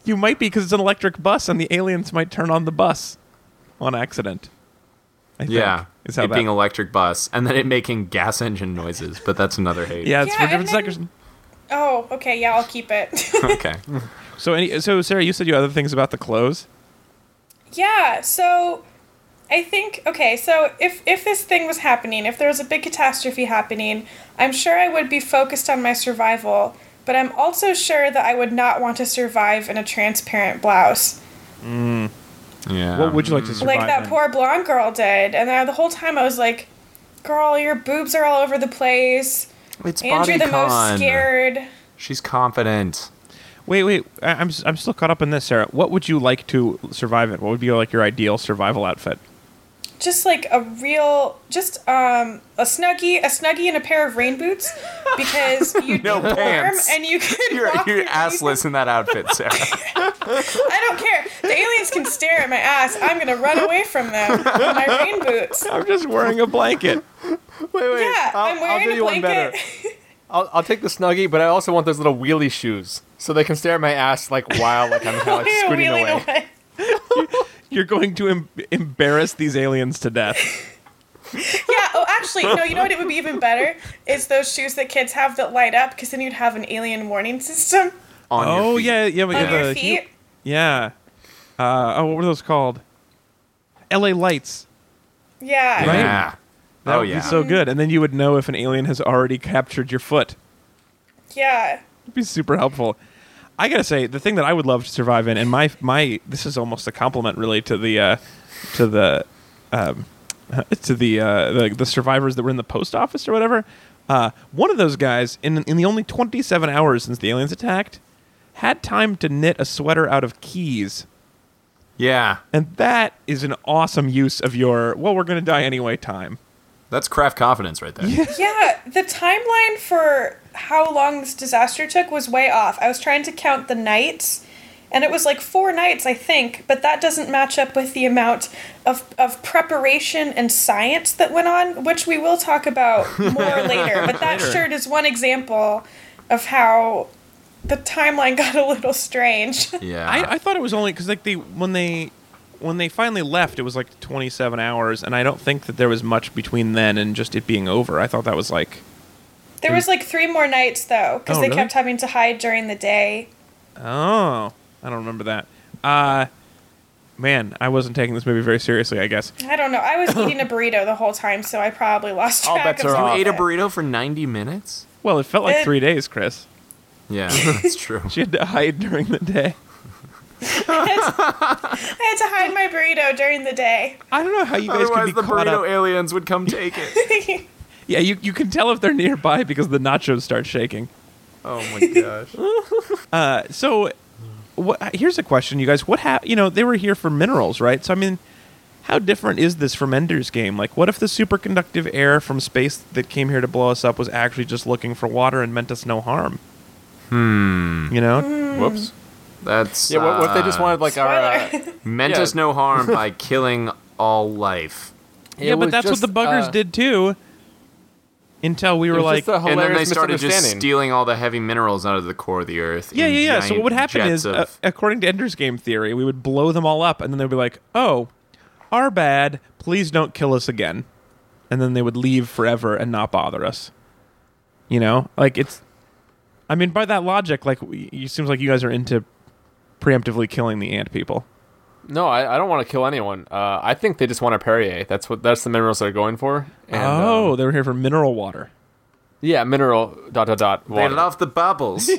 A: You might be because it's an electric bus, and the aliens might turn on the bus on accident. I think,
B: Yeah,
A: is how
B: it
A: that.
B: being electric bus, and then it making gas engine noises. But that's another hate.
A: yeah, it's
E: Yeah,
A: for
E: and
A: different
E: then-
A: sectors.
E: (laughs) Oh, okay. Yeah, I'll keep it.
A: (laughs)
E: (laughs)
B: Okay.
A: So, any, so Sarah, you said you had other things about the clothes.
E: Yeah, so I think okay, so if if this thing was happening, if there was a big catastrophe happening, I'm sure I would be focused on my survival, but I'm also sure that I would not want to survive in a transparent blouse.
B: Yeah.
A: What would you like to survive?
E: like that
A: in?
E: poor blonde girl did. And I, the whole time I was like, "Girl, your boobs are all over the place."
B: It's
E: Andrew the most
B: Bodycon.
E: scared.
B: She's confident.
A: Wait, wait. I- I'm s- I'm still caught up in this, Sarah. What would you like to survive in? What would be like your ideal survival outfit?
E: just like a real just um a snuggie a snuggie and a pair of rain boots because you
B: No
E: warm
B: pants.
E: and you could
B: You're,
E: walk
B: you're
E: through
B: assless in that
A: (laughs)
B: outfit, Sarah.
E: anything. i don't care the aliens can stare at my ass i'm gonna run away from them in my rain boots
A: I'm just wearing a blanket. (laughs)
C: Wait, wait.
E: yeah
C: I'll,
E: am wearing
C: I'll do
E: a
C: you one
E: blanket
C: better.
E: (laughs)
C: I'll, I'll take the snuggie, but I also want those little wheelie shoes so they can stare at my ass like wow, like I'm kind of like,
E: You're
C: scooting
E: wheeling
C: away.
E: away.
A: You're going to em- embarrass these aliens to death.
E: yeah oh actually no you know what it would be even better is those shoes that kids have that light up because then you'd have an alien warning system
B: On your
A: Oh
B: feet.
A: yeah, yeah, but
E: on
A: yeah,
E: your
A: the-
E: feet
A: yeah. Uh, oh, what were those called? L.A. lights.
E: yeah
A: Right?
B: Yeah.
A: That
B: oh
A: would
B: yeah.
A: be so
E: Mm.
A: good. And then you would know if an alien has already captured your foot.
E: yeah
A: It'd be super helpful. I gotta say, the thing that I would love to survive in, and my my this is almost a compliment really to the uh, to the um, (laughs) to the, uh, the the survivors that were in the post office or whatever. Uh, one of those guys in in the only 27 hours since the aliens attacked had time to knit a sweater out of keys.
B: yeah.
A: And that is an awesome use of your well, we're gonna die anyway time.
B: That's craft confidence right there. Yeah.
E: Yeah, the timeline for how long this disaster took was way off. I was trying to count the nights, and it was like four nights, I think, but that doesn't match up with the amount of, of preparation and science that went on, which we will talk about more later. But that sure is one example of how the timeline (laughs) got a little strange. (laughs)
B: Uh-huh.
A: I, I thought it was only because like they when they when they finally left, it was like 27 hours, and I don't think that there was much between then and just it being over. I thought that was like
E: there was like three more nights, though, because
A: Oh,
E: they
A: really?
E: kept having to hide during the day.
A: oh, I don't remember that. Uh, man, I wasn't taking this movie very seriously. I guess
E: I don't know. I was eating a burrito the whole time, so I probably lost
C: All
E: track
C: bets are
E: of some
B: you
E: of
C: off.
B: ate a
E: it.
B: burrito for 90 minutes?
A: well, it felt like
E: Eh.
A: three days, Chris.
B: (laughs) Yeah, that's true.
A: She had to hide during the day.
E: I had to hide my burrito during the day.
A: I don't know how you guys could
B: Otherwise,
A: be
B: the
A: caught
B: burrito
A: up.
B: aliens would come take (laughs) it.
A: Yeah, you, you can tell if they're nearby because the nachos start shaking.
B: oh my gosh.
A: So, what, here's a question, you guys. What hap- You know, they were here for minerals, right? So, I mean, how different is this from Ender's Game? Like, what if the superconductive air from space that came here to blow us up was actually just looking for water and meant us no harm? Hmm. You know,
C: Whoops.
B: That's
C: Yeah, what, what if they just
B: uh,
C: wanted like our? Uh,
E: Spoiler.
B: meant
C: Yeah.
B: us no harm (laughs) by killing all life.
A: yeah, but that's what the
C: uh,
A: buggers did too. Until we were like,
B: and then they started just stealing all the heavy minerals out of the core of the earth.
A: yeah,
B: in
A: yeah, yeah. So
B: giant
A: what would happen
B: jets
A: is,
B: of-
A: uh, according to Ender's Game theory, we would blow them all up, and then they'd be like, "Oh, our bad. Please don't kill us again." And then they would leave forever and not bother us. You know, like it's. I mean, by that logic, like we- it seems like you guys are into preemptively killing the ant people.
C: No, I, I don't want to kill anyone. Uh, I think they just want a Perrier. That's what that's the minerals they're going for. And,
A: oh,
C: um,
A: they were here for mineral water.
C: yeah, mineral dot dot dot.
B: they
C: Water.
B: love the bubbles.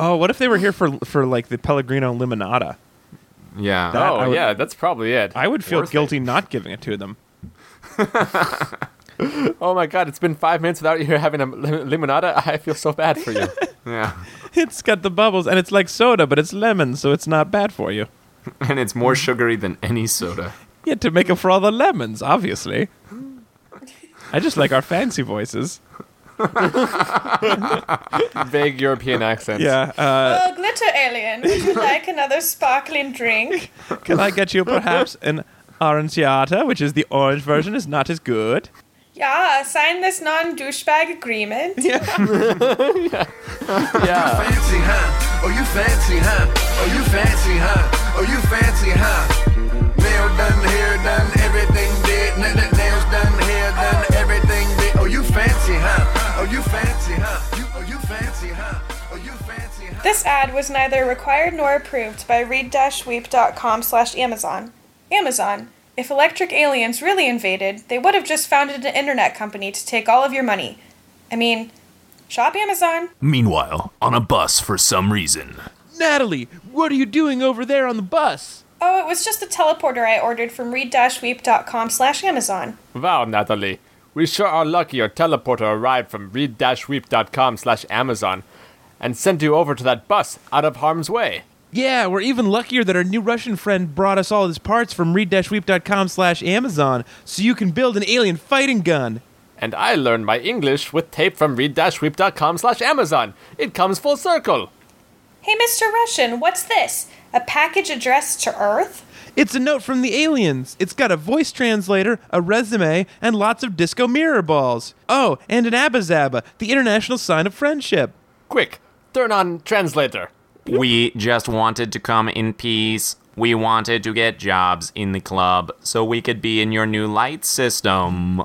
A: Oh, what if they were here for for like the Pellegrino limonada?
B: (laughs) yeah.
A: That-
C: oh
A: I would-
C: yeah, that's probably it.
A: I would feel
B: Worth it.
A: guilty not giving it to them.
C: Oh my god, it's been five minutes without you having a lim- limonada. (laughs) I feel so bad
B: (laughs)
C: for you.
B: Yeah.
A: (laughs) It's got the bubbles, and it's like soda, but it's lemon, so it's not bad for you.
B: And it's more sugary than any soda.
A: Yeah, to make up for all the lemons, obviously. I just like our fancy voices.
C: Vague European accents.
A: Yeah. Uh,
E: Oh, glitter alien, would you like another sparkling drink?
A: can I get you perhaps an aranciata, which is the orange version, is not as good.
E: Yeah, sign this non douchebag agreement.
C: Yeah.
F: fancy, huh? Oh, you fancy, huh? Oh, you fancy, huh? Oh, you fancy, huh? Nail done, hair done, everything did. N- n- nails done, hair done, everything did. Oh, you fancy, huh? Oh, you fancy, huh? You, oh, you fancy, huh? Oh, you fancy, huh?
E: This ad was neither required nor approved by read-weep.com slash Amazon. Amazon. If electric aliens really invaded, they would have just founded an internet company to take all of your money. I mean, shop Amazon.
G: Meanwhile, on a bus for some reason.
A: (laughs) Natalie, what are you doing over there on the bus?
E: Oh, it was just a teleporter I ordered from read-weep.com slash Amazon.
C: Wow, Natalie. We sure are lucky your teleporter arrived from read-weep.com slash Amazon and sent you over to that bus out of harm's way.
A: Yeah, we're even luckier that our new Russian friend brought us all his parts from read-weep.com slash Amazon so you can build an alien fighting gun.
C: And I learned my English with tape from read-weep.com slash Amazon. It comes full circle.
E: Hey, Mr. Russian, what's this? A package addressed to Earth?
A: It's a note from the aliens. It's got a voice translator, a resume, and lots of disco mirror balls. Oh, and an Abba Zaba, the international sign of friendship.
C: Quick, turn on translator.
B: We just wanted to come in peace. We wanted to get jobs in the club so we could be in your new light system.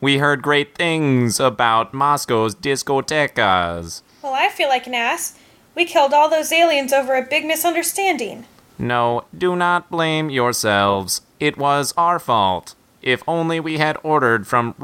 B: We heard great things about Moscow's discotecas.
E: Well, I feel like an ass. We killed all those aliens over a big misunderstanding.
B: No, do not blame yourselves. It was our fault. If only we had ordered from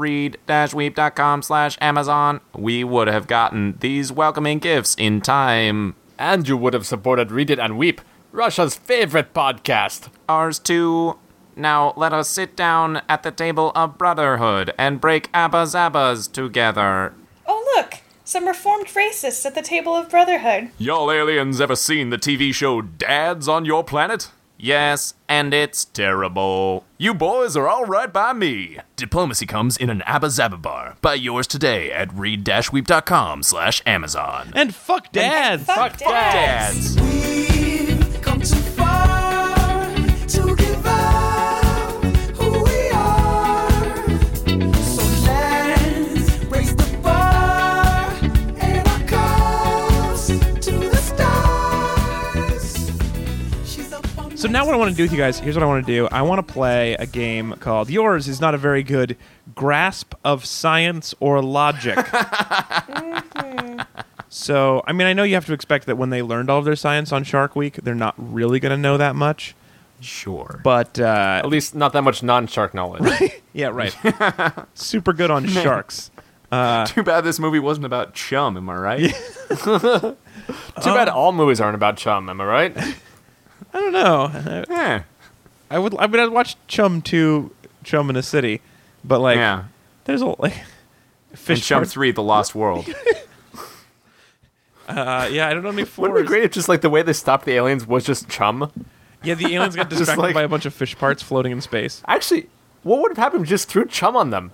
B: read-weep.com slash Amazon, we would have gotten these welcoming gifts in time.
C: And you would have supported Read It and Weep, Russia's favorite podcast.
B: Ours too. Now let us sit down at the table of brotherhood and break Abba Zabbas together.
E: Oh, look, some reformed racists at the table of brotherhood.
G: Y'all aliens ever seen the TV show Dads on Your Planet?
B: Yes, and it's terrible.
G: You boys are all right by me. Diplomacy comes in an Abba Zabba bar. Buy yours today at read-weep.com slash Amazon.
A: And fuck dads!
E: (laughs) Fuck, dads.
F: We've come too far to give up who we are. So let's raise the bar and our cups to the stars. She's up on
A: So now what I want to do with you guys, here's what I want to do. I want to play a game called Yours is not a very good grasp of science or logic. (laughs) so, I mean, I know you have to expect that when they learned all of their science on Shark Week, they're not really going to know that much,
B: Sure.
A: but uh,
C: At least not that much non-shark knowledge.
B: (laughs)
A: yeah, right. Super good on sharks.
B: Too bad this movie wasn't about chum, am I right?
C: Too bad all movies aren't about chum, am I right?
A: I don't know.
B: yeah.
A: I would I mean I'd watch Chum 2 Chum in a City, but like
B: yeah.
A: there's a like
B: And
A: fish
B: Chum
A: parts-
B: 3, The Lost World.
G: (laughs)
A: Uh, yeah, I don't know any
B: (laughs)
C: Wouldn't it be
A: fours.
C: great if just like the way they stopped the aliens was just chum?
A: Yeah, the aliens
B: (laughs)
A: got distracted
C: like-
A: by a bunch of fish parts floating in space.
C: Actually, what would have happened if you just threw chum on them?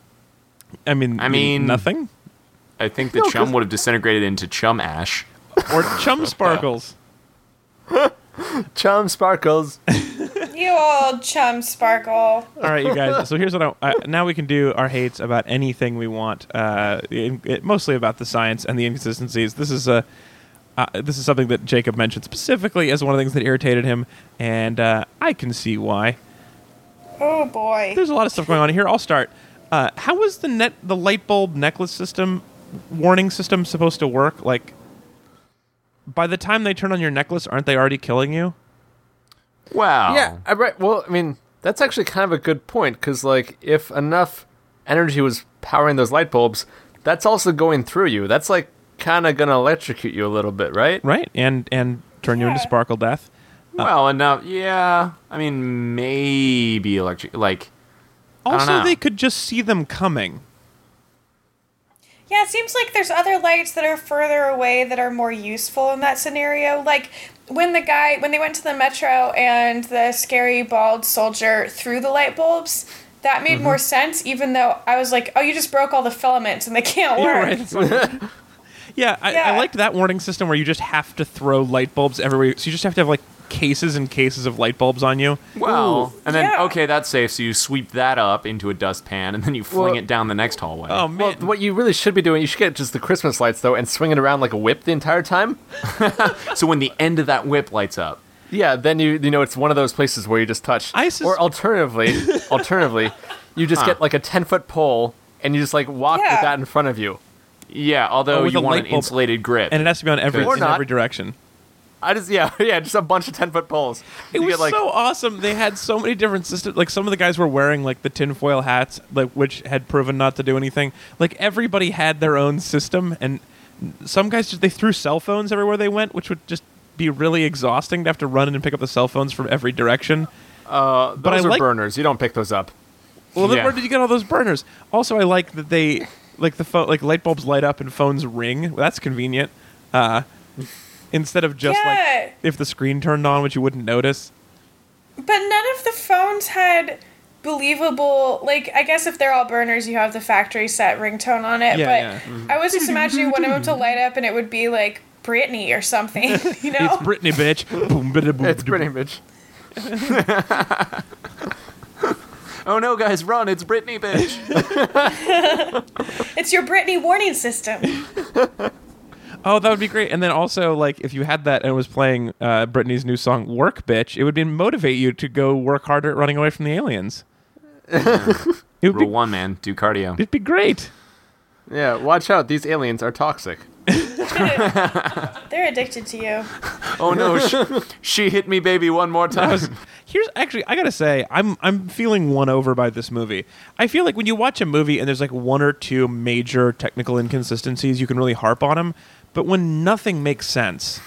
A: I mean,
B: I mean-
A: nothing
B: I think the chum would have disintegrated into chum ash. (laughs)
A: or chum sparkles.
C: Chum sparkles.
E: You old chum sparkle.
A: All right, you guys. So here's what I
B: (laughs)
A: uh, now we can do our hates about anything we want. Uh, in, it, mostly about the science and the inconsistencies. This is a uh, this is something that Jacob mentioned specifically as one of the things that irritated him, and uh, I can see why.
E: Oh boy.
A: There's a lot of stuff going on here. I'll start. Uh, how was the net the light bulb necklace system warning system supposed to work? Like, by the time they turn on your necklace, aren't they already killing you?
B: Wow.
C: Yeah, I, right. Well, I mean, that's actually kind of a good point because like if enough energy was powering those light bulbs, that's also going through you. That's like kind of gonna electrocute you a little bit, right?
A: Right, and and turn you into
E: Yeah.
A: sparkle death.
B: Well, enough. Yeah. I mean, maybe electric. Like, don't
A: Also,
B: know.
A: they could just see them coming.
E: Yeah, it seems like there's other lights that are further away that are more useful in that scenario. Like when the guy, when they went to the metro and the scary bald soldier threw the light bulbs, that made
A: Mm-hmm.
E: more sense, even though I was like, oh, you just broke all the filaments and they (laughs) can't
A: Yeah,
E: work.
A: right. It's
E: (laughs)
A: like- yeah, I,
E: Yeah.
A: I liked that warning system where you just have to throw light bulbs everywhere. So you just have to have like cases and cases of light bulbs on you.
B: Wow. and then
E: yeah.
B: okay, that's safe. So you sweep that up into a dustpan, and then you fling
C: Well-
B: it down the next hallway.
A: Oh
C: Well,
A: man,
C: what you really should be doing, you should get just the Christmas lights though, and swing it around like a whip the entire time.
B: So when the end of that whip lights up,
C: Yeah, then you you know it's one of those places where you just touch.
A: I sus-
C: or alternatively,
A: (laughs)
C: alternatively, you just get like a ten foot pole and you just like walk
E: Yeah.
C: with that in front of you.
B: yeah. Although
A: Oh, with
B: you
A: a
B: want
A: light
B: an
A: bulb.
B: insulated grip,
A: and it has to be on every
B: Or
A: in
C: not.
A: every direction.
C: I just yeah (laughs) yeah just a bunch of ten foot poles.
A: It
C: you
A: was
C: get, like,
A: so awesome. They had so many different systems. Like some of the guys were wearing like the tinfoil hats, like which had proven not to do anything. Like everybody had their own system, and some guys just they threw cell phones everywhere they went, which would just be really exhausting to have to run in and pick up the cell phones from every direction.
C: those
A: but I
C: are
A: like-
C: burners. You don't pick those up.
A: Well, then
B: Yeah.
A: where did you get all those burners? Also, I like that they like the phone, like light bulbs light up and phones ring. That's convenient. Uh, instead of just
E: Yeah.
A: like if the screen turned on, which you wouldn't notice.
E: But none of the phones had believable like I guess if they're all burners you have the factory set ringtone on it.
A: Yeah,
E: but
A: yeah. Mm-hmm.
E: I was just imagining one of them to light up and it would be like Britney or something, (laughs) you know?
A: (laughs) It's Britney, bitch. boom, bada, boom,
C: It's
A: bada,
C: pretty (laughs) much.
B: oh no, guys, run! It's Britney, bitch.
E: It's your Britney warning system.
A: Oh, that would be great. And then also, like, if you had that and it was playing uh, Britney's new song "Work, Bitch," it would be motivate you to go work harder at running away from the aliens. it would
B: Rule
A: be,
B: one, man. Do
A: (laughs)
B: cardio.
A: it'd be great.
C: Yeah, watch out. These aliens are toxic.
E: They're addicted to you.
B: Oh no, she, she hit me, baby, one more
A: I
B: time.
A: (laughs) was- here's actually, I gotta say, I'm I'm feeling won over by this movie. I feel like when you watch a movie and there's like one or two major technical inconsistencies, you can really harp on them. But when nothing makes sense,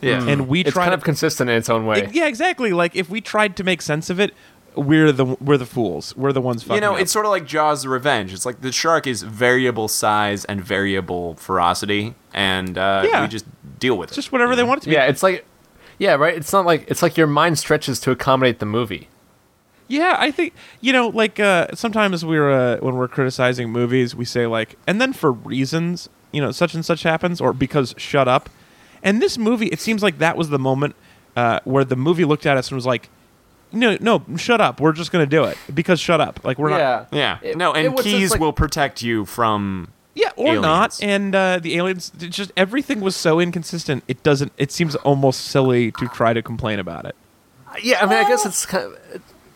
B: yeah.
A: and we
C: It's
A: try
C: kind
A: to
C: of consistent in its own way.
A: Ex- yeah, exactly. Like if we tried to make sense of it, we're the we're the fools. We're the ones fucking.
B: you know,
A: up.
B: it's sort of like Jaws: The Revenge. It's like the shark is variable size and variable ferocity, and uh,
A: Yeah.
B: we just deal with it.
A: just whatever they want it to be.
C: Yeah, it's like, yeah, right. It's not like it's like your mind stretches to accommodate the movie.
A: Yeah, I think you know, like uh, sometimes we're uh, when we're criticizing movies, we say like, and then for reasons, you know, such and such happens, or because shut up. And this movie, it seems like that was the moment uh, where the movie looked at us and was like, no, no, shut up. We're just gonna do it because shut up. Like we're not,
B: yeah.
C: It-
B: no,
C: it
B: and
C: was just
B: keys
C: like-
B: will protect you from.
A: yeah, or
B: Aliens.
A: not. And uh, the aliens, it just everything was so inconsistent. It doesn't. It seems almost silly to try to complain about it.
C: Yeah, I mean, I guess it's kind of.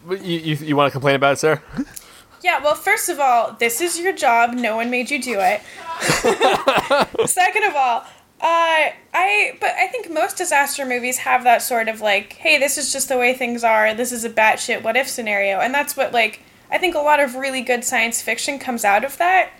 C: but You, you, you want to complain about
A: (laughs)
C: it, sir?
E: Yeah, well, first of all, this is your job. No one made you do it. Second of all, uh, I but I think most disaster movies have that sort of like, hey, this is just the way things are. This is a batshit what if scenario, and that's what like I think a lot of really good science fiction comes out of that.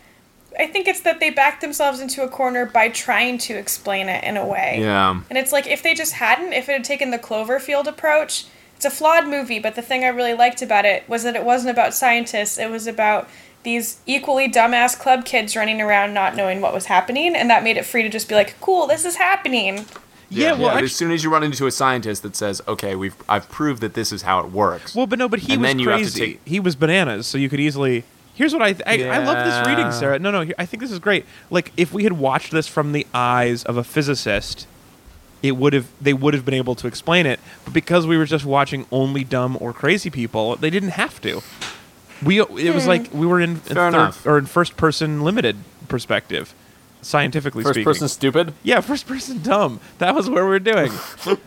E: I think it's that they back themselves into a corner by trying to explain it in a way.
B: Yeah.
E: And it's like if they just hadn't, if it had taken the Cloverfield approach, it's a flawed movie, but the thing I really liked about it was that it wasn't about scientists, it was about these equally dumbass club kids running around not knowing what was happening, and that made it free to just be like, cool, this is happening.
A: Yeah, well,
B: but
A: actually,
B: as soon as you run into a scientist that says, "Okay, we've I've proved that this is how it works."
A: Well, but no, but he
B: And
A: was
B: then you have to
A: crazy.
B: take-
A: he was bananas, so you could easily. Here's what I th- I, I love this reading,
B: Yeah.
A: Sarah. No, no, here- I think this is great. Like if we had watched this from the eyes of a physicist, it would have they would have been able to explain it. But because we were just watching only dumb or crazy people, they didn't have to. We it was like we were in, in
B: Fair
A: third,
B: enough.
A: or in first person limited perspective, scientifically
C: First
A: speaking.
C: person stupid.
A: Yeah, first person dumb. That was where we were
B: (laughs)
A: doing.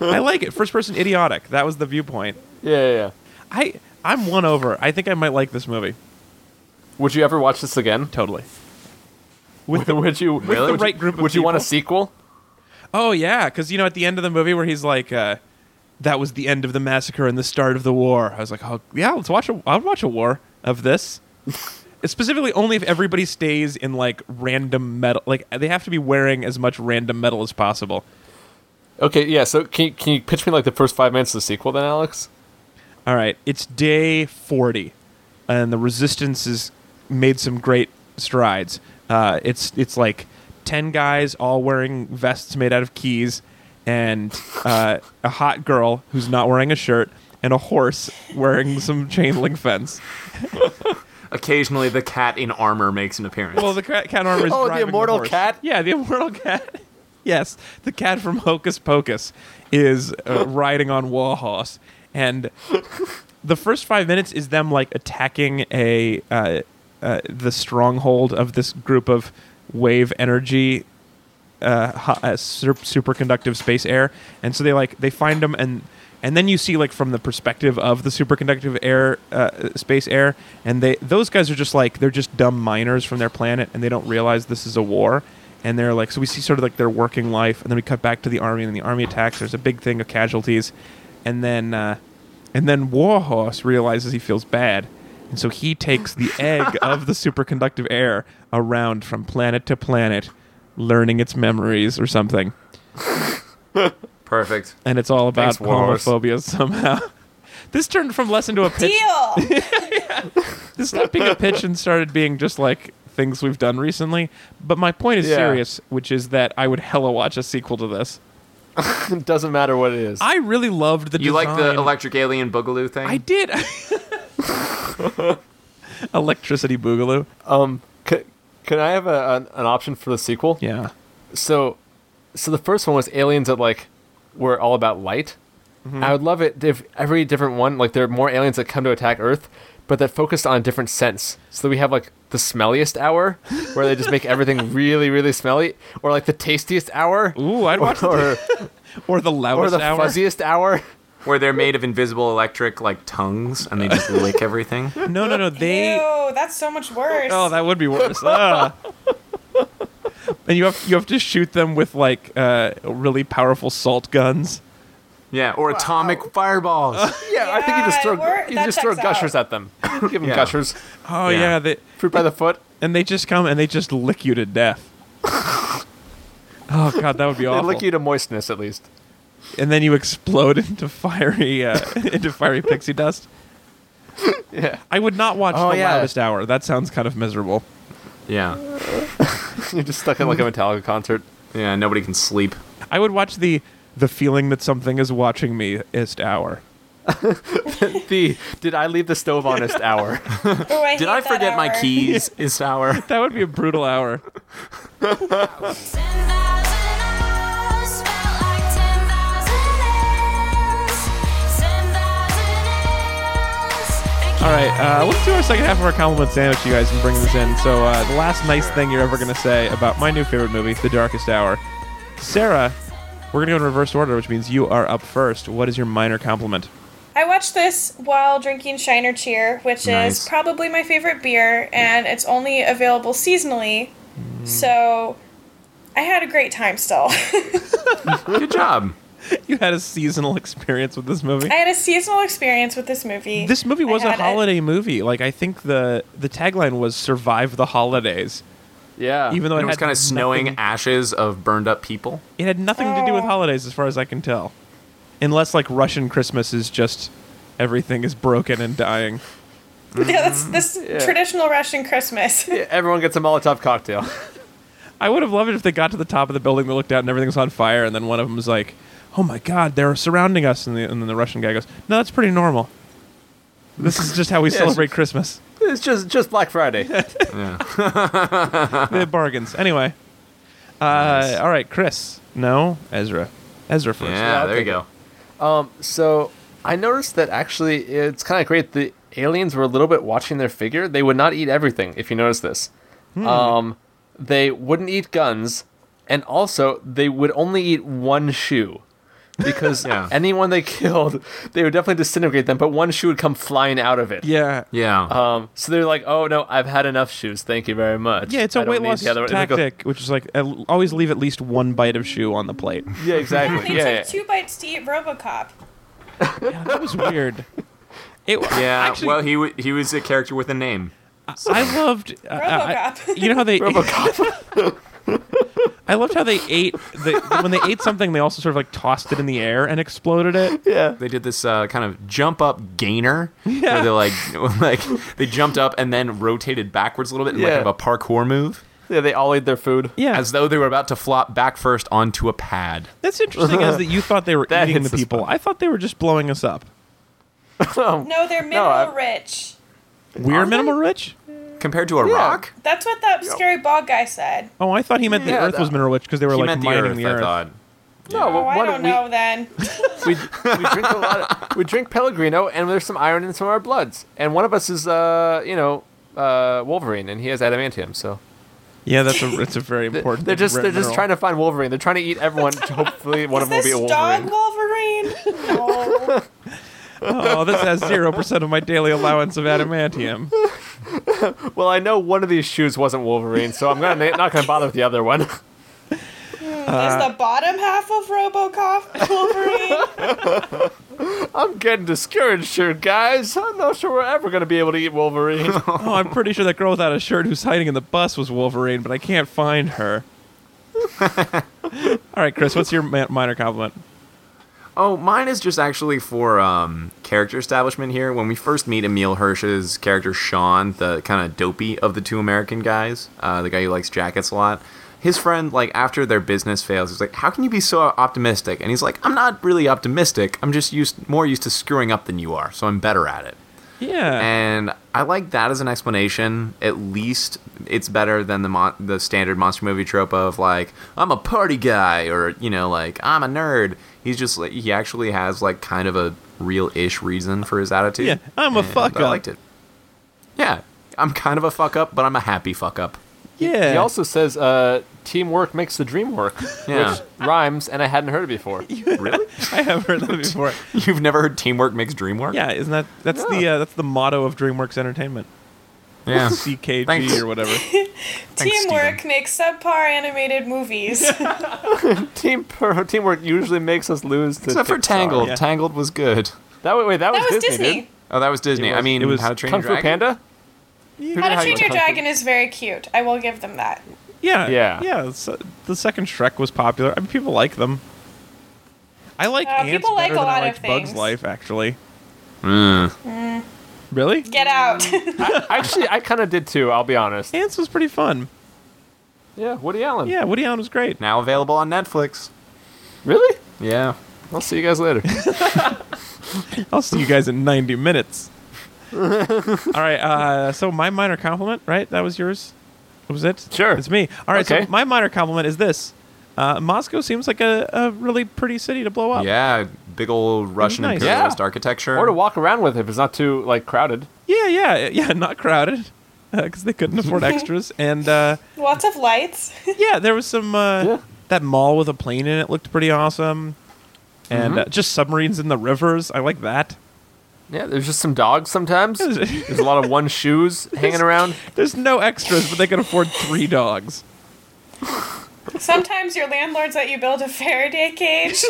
A: I like it. First person idiotic. That was the viewpoint.
C: Yeah, yeah, yeah.
A: I I'm won over. I think I might like this movie.
C: Would you ever watch
A: (laughs)
C: this again?
A: Totally.
C: With the, would you?
A: the
C: would you-
A: right group of
C: Would you want a
A: people?
C: sequel?
A: Oh yeah, because you know at the end of the movie where he's like, uh, "That was the end of the massacre and the start of the war." I was like, "Oh yeah, let's watch a I'll watch a war of this." Specifically, only if everybody stays in like random metal. Like they have to be wearing as much random metal as possible.
C: Okay, yeah. So can you, can you pitch me like the first five minutes of the sequel, then, Alex?
A: All right, it's day 40, and the resistance has made some great strides. Uh, it's it's like ten guys all wearing vests made out of keys, and uh, a hot girl who's not wearing a shirt, and a horse wearing some chain link fence.
B: Occasionally, the cat in armor makes an appearance.
A: Well, the cat, cat armor is
C: Oh, the
A: driving
C: immortal
A: horse.
C: cat?
A: Yeah, the immortal cat. (laughs) yes, the cat from Hocus Pocus is uh, riding on Warhorse, and the first five minutes is them like attacking a uh, uh, the stronghold of this group of wave energy uh, ho- uh, sur- superconductive space air, and so they like they find them and. And then you see, like, from the perspective of the superconductive air, uh, space air, and they those guys are just like they're just dumb miners from their planet, and they don't realize this is a war. And they're like, so we see sort of like their working life, and then we cut back to the army, and the army attacks. There's a big thing of casualties, and then uh, and then Warhorse realizes he feels bad, and so he takes the egg of the superconductive air around from planet to planet, learning its memories or something.
B: Perfect.
A: And it's all about
C: Thanks, Warhorse.
A: homophobia somehow. (laughs) this turned from lesson to a pitch.
B: (laughs)
E: Deal.
A: This stopped being a pitch and started being just like things we've done recently. But my point is
C: Yeah.
A: serious, which is that I would hella watch a sequel to this.
C: It doesn't matter what it is.
A: I really loved the
B: You
A: design.
B: like the electric alien boogaloo thing?
A: I did. (laughs) Electricity Boogaloo.
C: um, c- can I have a, an, an option for the sequel?
A: Yeah.
C: So, so the first one was aliens that like were all about light. I would love it if every different one, like there are more aliens that come to attack Earth, but that focused on a different sense. So that we have like the smelliest hour, where they just (laughs) make everything really, really smelly, or like the tastiest hour,
A: Ooh, I'd watch or,
C: (laughs) or
A: or the
C: or
A: loudest
C: the
A: hour.
C: fuzziest hour.
B: Where they're made of invisible electric like tongues and they just lick everything.
A: No, no, no. They.
E: Ew, that's so much worse.
A: Oh, that would be worse. Ah. and you have you have to shoot them with like uh, really powerful salt guns.
B: Yeah, or atomic fireballs.
C: (laughs) Yeah, I think you just
E: Yeah,
C: throw
E: we're-
C: you
E: that
C: just throw
E: checks
C: gushers
E: out.
C: at (laughs) them. Give them
B: Yeah.
C: gushers,
A: Oh
B: Yeah.
A: yeah, they,
C: fruit by the (laughs) foot.
A: and they just come and they just lick you to death. oh god, that would be
C: They
A: awful.
C: lick you to moistness at least. (laughs)
A: And then you explode into fiery uh, (laughs) into fiery pixie dust.
C: Yeah,
A: I would not watch
C: Oh,
A: the
C: yeah.
A: loudest hour. That sounds kind of miserable.
B: yeah.
C: you're just stuck in like a Metallica concert.
B: Yeah, nobody can sleep.
A: I would watch the the feeling that something is watching me ist hour.
C: The did I leave the stove (laughs) on this hour?
E: Ooh, I
B: Did
E: hate
B: I
E: that
B: forget my
E: hour.
B: keys? Is sour.
A: That would be a brutal hour.
D: Ten thousand hours felt like ten thousand years. Ten thousand years.
A: All right, uh, let's do our second half of our compliment sandwich, you guys, and bring this in. So, uh, the last nice thing you're ever going to say about my new favorite movie, The Darkest Hour. Sarah, we're going to go in reverse order, which means you are up first. What is your minor compliment? (laughs)
E: I watched this while drinking Shiner Cheer, which
B: Nice.
E: is probably my favorite beer, and it's only available seasonally.
B: Mm.
E: So I had a great time still. (laughs)
B: Good job.
A: You had a seasonal experience with this movie.
E: I had a seasonal experience with this movie.
A: This movie
E: I
A: was a
E: had it.
A: holiday movie. Like, I think the the tagline was "Survive the Holidays,"
C: Yeah,
A: even though it,
B: And it was
A: had
B: kind of
A: nothing-
B: snowing ashes of burned up people.
A: It had nothing to do with
E: Oh.
A: holidays, as far as I can tell, unless like Russian Christmas is just everything is broken and dying.
E: (laughs) Yeah, that's this traditional Russian Christmas.
C: everyone gets a Molotov cocktail. (laughs)
A: I would have loved it if they got to the top of the building, they looked out, and everything was on fire, and then one of them was like, "Oh my God, they're surrounding us!" And, the, and then the Russian guy goes, "No, that's pretty normal. This is just how we celebrate Christmas.
C: It's just just Black
A: (laughs)
C: Friday.
A: They have bargains anyway." Uh, All right, Chris. No, Ezra. Ezra first.
B: Yeah,
C: I'll
B: there you
C: take
B: go.
C: So I noticed that actually it's kind of great. The aliens were a little bit watching their figure. They would not eat everything. If you notice this,
A: Hmm.
C: um, they wouldn't eat guns, and also they would only eat one shoe.
A: (laughs)
C: Because
B: Yeah.
C: anyone they killed, they would definitely disintegrate them, but one shoe would come flying out of it.
A: Yeah.
B: Yeah.
C: Um, so they're like, "Oh no, I've had enough shoes. Thank you very much."
A: Yeah, it's a
C: I don't
A: weight
C: need
A: loss
C: the other one." (laughs) And they go-
A: tactic, which is like uh, always leave at least one bite of shoe on the plate.
C: yeah,
E: (laughs) (laughs) They
C: exactly. Yeah, yeah.
E: took two bites to eat RoboCop.
A: Yeah, that was
C: (laughs)
A: weird. It,
B: yeah.
A: actually,
B: well, he w- he was a character with a name.
A: I loved. Uh, I-
E: RoboCop.
A: you know how
C: (laughs)
A: they. (laughs) I loved how they ate. The, when they ate something, they also sort of like tossed it in the air and exploded it.
B: They did this uh, kind of jump up gainer
A: Yeah.
B: (laughs) where they like like they jumped up and then rotated backwards a little bit in like
C: Yeah.
B: kind of a parkour move.
C: Yeah, they all ate their food.
A: Yeah,
B: as though they were about to flop back first onto a pad.
A: that's interesting. as that you thought they were
C: (laughs) That
A: eating the
C: hits the
A: people. I thought they were just blowing us up.
E: No, they're
C: I-
E: mineral rich.
A: We're minimal rich.
B: Compared to a rock,
E: That's what that scary bald guy said.
A: Oh, I thought he meant the
C: Yeah,
A: Earth was
C: that-
A: mineral rich because they were
B: he
A: like
B: meant the
A: mining
B: earth,
A: the
B: I
A: Earth.
B: thought.
C: No,
E: Oh,
C: but
E: I
C: what
E: don't
C: we,
E: know then.
C: we we drink a lot. Of, we drink Pellegrino, and there's some iron in some of our bloods. And one of us is, uh, you know, uh, Wolverine, and he has adamantium. So
A: Yeah, that's a it's a very important.
C: (laughs) they're just
A: rare
C: they're just
A: mineral.
C: trying to find Wolverine. They're trying to eat
E: (laughs)
C: everyone. to Hopefully, one
E: Is
C: of them will
E: this
C: be a
E: dog
C: Wolverine.
E: Wolverine? No.
A: Oh, this
C: (laughs)
A: has zero percent of my daily allowance of adamantium.
C: Well, I know one of these shoes wasn't Wolverine, so I'm gonna na- not gonna bother with the other one. (laughs)
E: Is the bottom half of RoboCop Wolverine?
C: I'm getting discouraged here, guys. I'm not sure we're ever gonna be able to eat Wolverine.
A: Oh, I'm pretty sure that girl without a shirt who's hiding in the bus was Wolverine, but I can't find her. All right, Chris, what's your ma- minor compliment?
B: Oh, mine is just actually for um, character establishment here. When we first meet Emil Hirsch's character Sean, the kind of dopey of the two American guys, uh, the guy who likes jackets a lot, his friend, like after their business fails, is like, "How can you be so optimistic?" And he's like, "I'm not really optimistic. I'm just used more used to screwing up than you are, so I'm better at it."
A: Yeah.
B: And I like that as an explanation. At least it's better than the mon- the standard monster movie trope of like I'm a party guy or you know like I'm a nerd. He's just like he actually has like kind of a real ish reason for his attitude.
A: Yeah, I'm a
B: And
A: fuck
B: I
A: up.
B: liked it. Yeah, I'm kind of a fuck up, but I'm a happy fuck up.
A: yeah.
C: He also says, uh, "Teamwork makes the dream work,"
B: Yeah.
C: which rhymes, and I hadn't heard it before.
B: really?
A: (laughs) I have heard that before.
B: (laughs) You've never heard teamwork makes dream work?
A: Yeah, isn't that that's the uh, that's the motto of DreamWorks Entertainment? (laughs)
B: Yeah.
A: CKG
B: Thanks.
A: or whatever.
B: Thanks,
E: Teamwork
B: Steven.
E: makes subpar animated movies.
C: Team per- teamwork usually makes us lose. To
B: Except for
C: Pixar.
B: Tangled.
A: Yeah.
B: Tangled was good.
C: That wait, wait, that,
E: That
C: was
E: was
C: Disney.
E: Disney.
C: dude.
B: Oh, that was Disney.
A: It was-
B: I mean,
A: it was
B: How to Train
C: Kung
B: Your
C: Fu
B: Dragon.
C: Panda.
E: How to
C: How
E: Train
C: to Train-
E: Your Dragon is very cute. I will give them that.
A: Yeah,
C: Yeah.
A: yeah. so the second Shrek was popular. I mean, people like them. I like
E: Uh,
A: ants
E: people like
A: better
E: a
A: than I
E: lot
A: like
E: of
A: Bugs
E: things.
A: Life, actually.
B: Mm.
A: Really,
E: Get out.
C: I- (laughs) actually, I kind of did too. I'll be honest.
A: ants was pretty fun.
C: Yeah, Woody Allen.
A: Yeah, Woody Allen was great.
B: Now available on Netflix.
C: Really?
B: Yeah.
C: I'll see you guys later.
A: I'll see you guys in 90
C: (laughs)
A: minutes. All right. Uh, so my minor compliment, right? That was yours. That was it?
C: Sure.
A: It's me. All right.
C: Okay.
A: So my minor compliment is this: uh, Moscow seems like a, a really pretty city to blow up.
B: Yeah, big old Russian
A: nice.
B: imperialist
C: Yeah.
B: architecture.
C: or to walk around with if it's not too like crowded.
A: Yeah. Yeah. yeah, Not crowded (laughs) because they couldn't
C: (laughs)
A: afford extras. And uh,
E: (laughs) Lots of lights.
A: yeah, there was some uh,
C: Yeah.
A: that mall with a plane in it looked pretty awesome, and
C: Mm-hmm.
A: uh, just submarines in the rivers. I like that.
C: Yeah, there's just some dogs sometimes. There's a lot of one shoes hanging around.
A: There's no extras, but they can afford three dogs.
E: Sometimes your landlords let you build a Faraday
C: (laughs)
E: cage.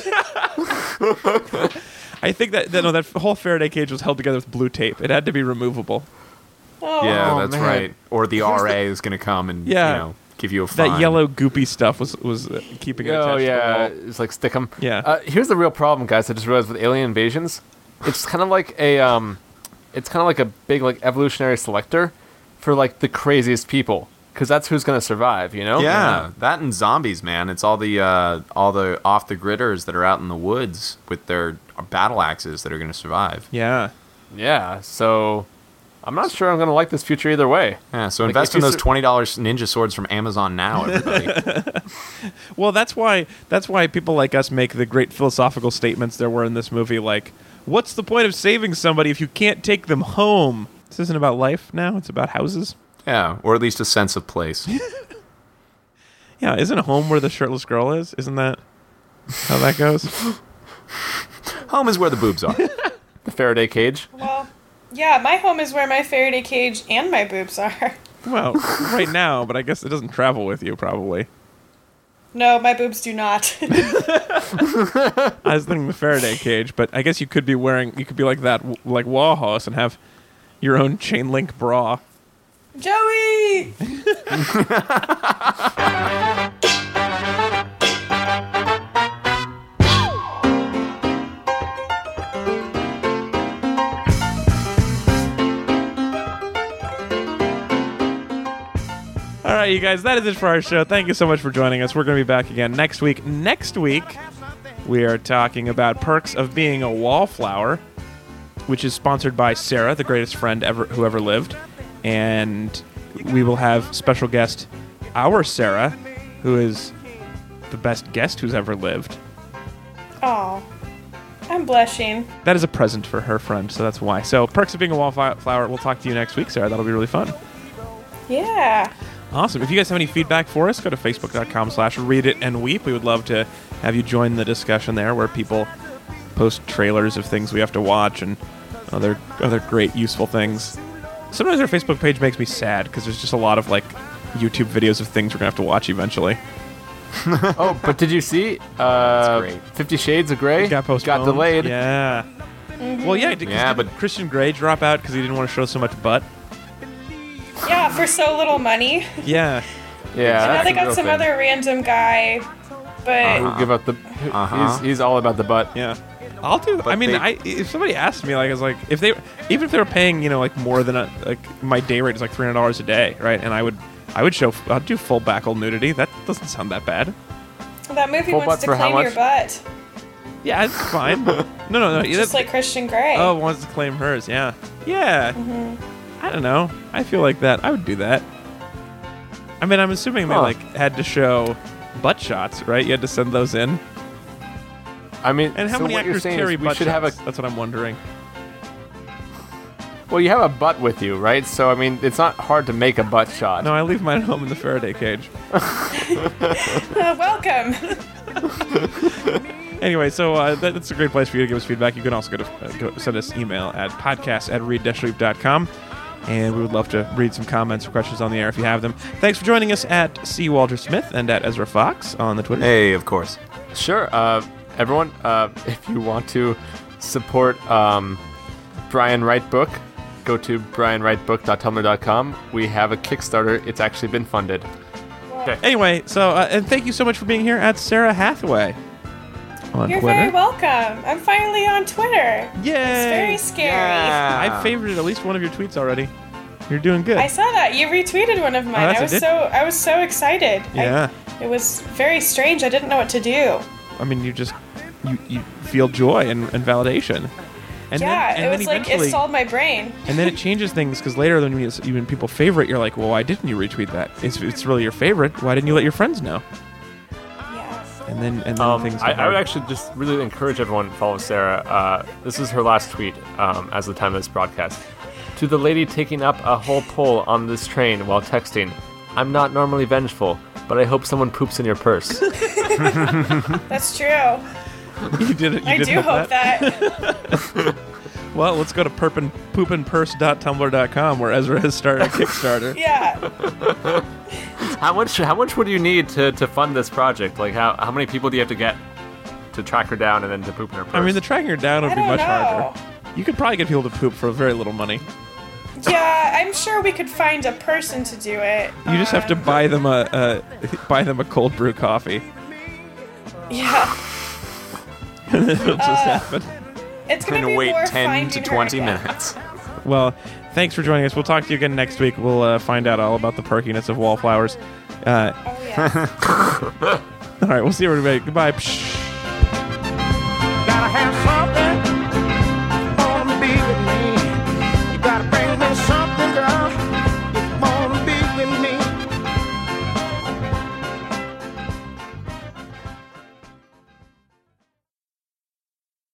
A: I think that, that no, that whole Faraday cage was held together with blue tape. It had to be removable.
E: Oh,
B: yeah,
C: Oh,
B: that's
C: man.
B: right. Or the RA is going to come and
A: Yeah.
B: you know give you a fine.
A: That yellow goopy stuff was was uh, keeping it.
C: Oh
A: attached to the
C: yeah,
A: wall.
C: it's like stick 'em.
A: Yeah.
C: Uh, here's the real problem, guys. I just realized with alien invasions, it's kind of like a um, it's kind of like a big like evolutionary selector for like the craziest people, because that's who's gonna survive. You know?
B: Yeah, that and zombies, man. It's all the uh, all the off the gridders that are out in the woods with their battle axes that are going to survive.
A: yeah.
C: Yeah. So, I'm not sure I'm gonna like this future either way.
B: Yeah, so
C: Like,
B: invest
C: if
B: in
C: you
B: those
C: sur-
B: twenty dollars ninja swords from
C: (laughs)
B: Amazon now, everybody.
A: Well, that's why that's why people like us make the great philosophical statements there were in this movie. Like, what's the point of saving somebody if you can't take them home? This isn't about life now; it's about houses.
B: yeah, or at least a sense
C: (laughs)
B: of place.
A: Yeah, isn't home where the shirtless girl is? Isn't that how that goes?
C: (laughs)
B: Home is where the boobs are.
C: The Faraday cage.
E: well, yeah, my home is where my Faraday cage and my boobs are. (laughs)
A: well, right now, but I guess it doesn't travel with you probably.
E: No, my boobs do not. (laughs)
A: I was thinking the Faraday cage, but I guess you could be wearing, you could be like that, w- like Wahhaus, and have your own chain link bra.
E: Joey!
A: All right, you guys, that is it for our show. Thank you so much for joining us. We're going to be back again next week. Next week, we are talking about perks of being a wallflower, which is sponsored by Sarah, the greatest friend ever who ever lived, and we will have special guest our Sarah, who is the best guest who's ever lived.
E: Oh, I'm blushing.
A: That is a present for her friend, so that's why. So, perks of being a wallflower. We'll talk to you next week, Sarah. That'll be really fun.
E: Yeah.
A: Awesome. If you guys have any feedback for us, go to facebook.com slash read it and weep. We would love to have you join the discussion there where people post trailers of things we have to watch and other other great useful things. Sometimes our Facebook page makes me sad because there's just a lot of like YouTube videos of things we're gonna have to watch eventually.
C: Oh, but did you see? Uh,
B: great.
C: Fifty Shades of Grey
A: Got postponed.
C: delayed.
A: Yeah. Well, yeah. Did,
B: Yeah,
A: yeah,
B: but-
A: but Christian Grey drop out because he didn't want to show so much butt.
E: Yeah, for so little money.
A: Yeah.
C: Yeah,
E: And now
C: that's
E: they
C: a
E: got
C: real
E: some
C: thing. Uh-huh.
E: other random guy, but
C: Who give up the? who-
A: Uh-huh.
C: He's he's all about the butt.
A: Yeah. I'll do. I mean,
B: they-
A: I if somebody asked me, like, I was like, if they, even if they were paying, you know, like more than a, like my day rate is like three hundred dollars a day, right? And I would, I would show, I'd do full backle nudity. That doesn't sound that bad.
E: that movie
C: Full
E: wants
C: butt
E: to
C: for how
E: claim your
C: much?
E: butt,
A: Yeah, it's fine.
C: (laughs)
A: no, no, no.
E: just
A: that-
E: like Christian Grey. (laughs)
A: oh, wants to claim hers. Yeah, yeah.
E: Mm-hmm.
A: I don't know. I feel like that. I would do that. I mean, I'm assuming they
C: Huh.
A: like had to show butt shots, right? You had to send those in.
C: I mean,
A: And how
C: so
A: many
C: what you're
A: actors
C: saying
A: carry
C: is we
A: butt
C: should
A: shots?
C: have a
A: That's what I'm wondering.
C: well, you have a butt with you, right? So I mean, it's not hard to make a butt shot.
A: No, I leave mine (laughs) at home in the Faraday cage.
E: Uh, welcome. (laughs)
A: Anyway, so uh, that, that's a great place for you to give us feedback. You can also go to uh, go, send us email at podcast at read-loop.com. And we would love to read some comments or questions on the air if you have them. Thanks for joining us at C. Walter Smith and at Ezra Fox on the Twitter.
B: Hey, of course.
C: Sure. Uh, everyone, uh, (laughs) if you want to support um, Brian Wright Book, go to brianwrightbook.tumblr.com. We have a Kickstarter. It's actually been funded.
A: Anyway, so uh, and thank you so much for being here at Sarah Hathaway on
E: You're
A: Twitter.
E: very welcome. I'm finally on Twitter.
A: Yay!
E: It's very scary.
A: I favorited at least one of your tweets already. You're doing good.
E: I saw that you retweeted one of mine.
A: Oh, that's
E: I
A: a
E: was
A: good-
E: so I was so excited. I-
A: Yeah.
E: it was very strange. I didn't know what to do.
A: I mean, you just you, you feel joy and, and validation. And
E: yeah,
A: then, and
E: it
A: then
E: was like it
A: eventually-
E: stalled my brain.
A: And then it changes things because later, when, you, when people favorite, you're like, well, why didn't you retweet that? It's, it's really your favorite. Why didn't you let your friends know?
E: Yeah.
A: And then and then things.
C: Um, I,
A: get
C: I
A: hard.
C: would actually just really encourage everyone to follow Sarah. Uh, this is her last tweet um, as of the time of this broadcast. To the lady taking up a whole pole on this train while texting, I'm not normally vengeful, but I hope someone poops in your purse.
E: That's true.
A: you did it. You
E: I
A: did
E: do hope that.
A: (laughs) Well, let's go to perpin, poopinpurse.tumblr.com where Ezra has started a
E: (laughs)
A: Kickstarter.
E: Yeah.
C: How much? How much would you need to, to fund this project? Like, how, how many people do you have to get to track her down and then to poop in her purse?
A: I mean, the tracking her down would
E: I
A: be
E: don't
A: much
E: know.
A: harder. You could probably get people to poop for very little money.
E: Yeah, I'm sure we could find a person to do it.
A: You just have to buy them a uh, buy them a (laughs) cold brew coffee. (laughs)
E: Um, Yeah.
A: It'll
E: Uh,
A: just happen.
E: It's gonna
B: And
E: be
B: wait
E: more
B: 10 to
E: finding her
B: 20
E: again.
B: minutes.
A: Well, thanks for joining us. We'll talk to you again next week. We'll uh, find out all about the perkiness of wallflowers. (laughs) Uh,
E: Oh yeah.
A: all right, we'll see everybody. Goodbye. Psh.
H: gotta have some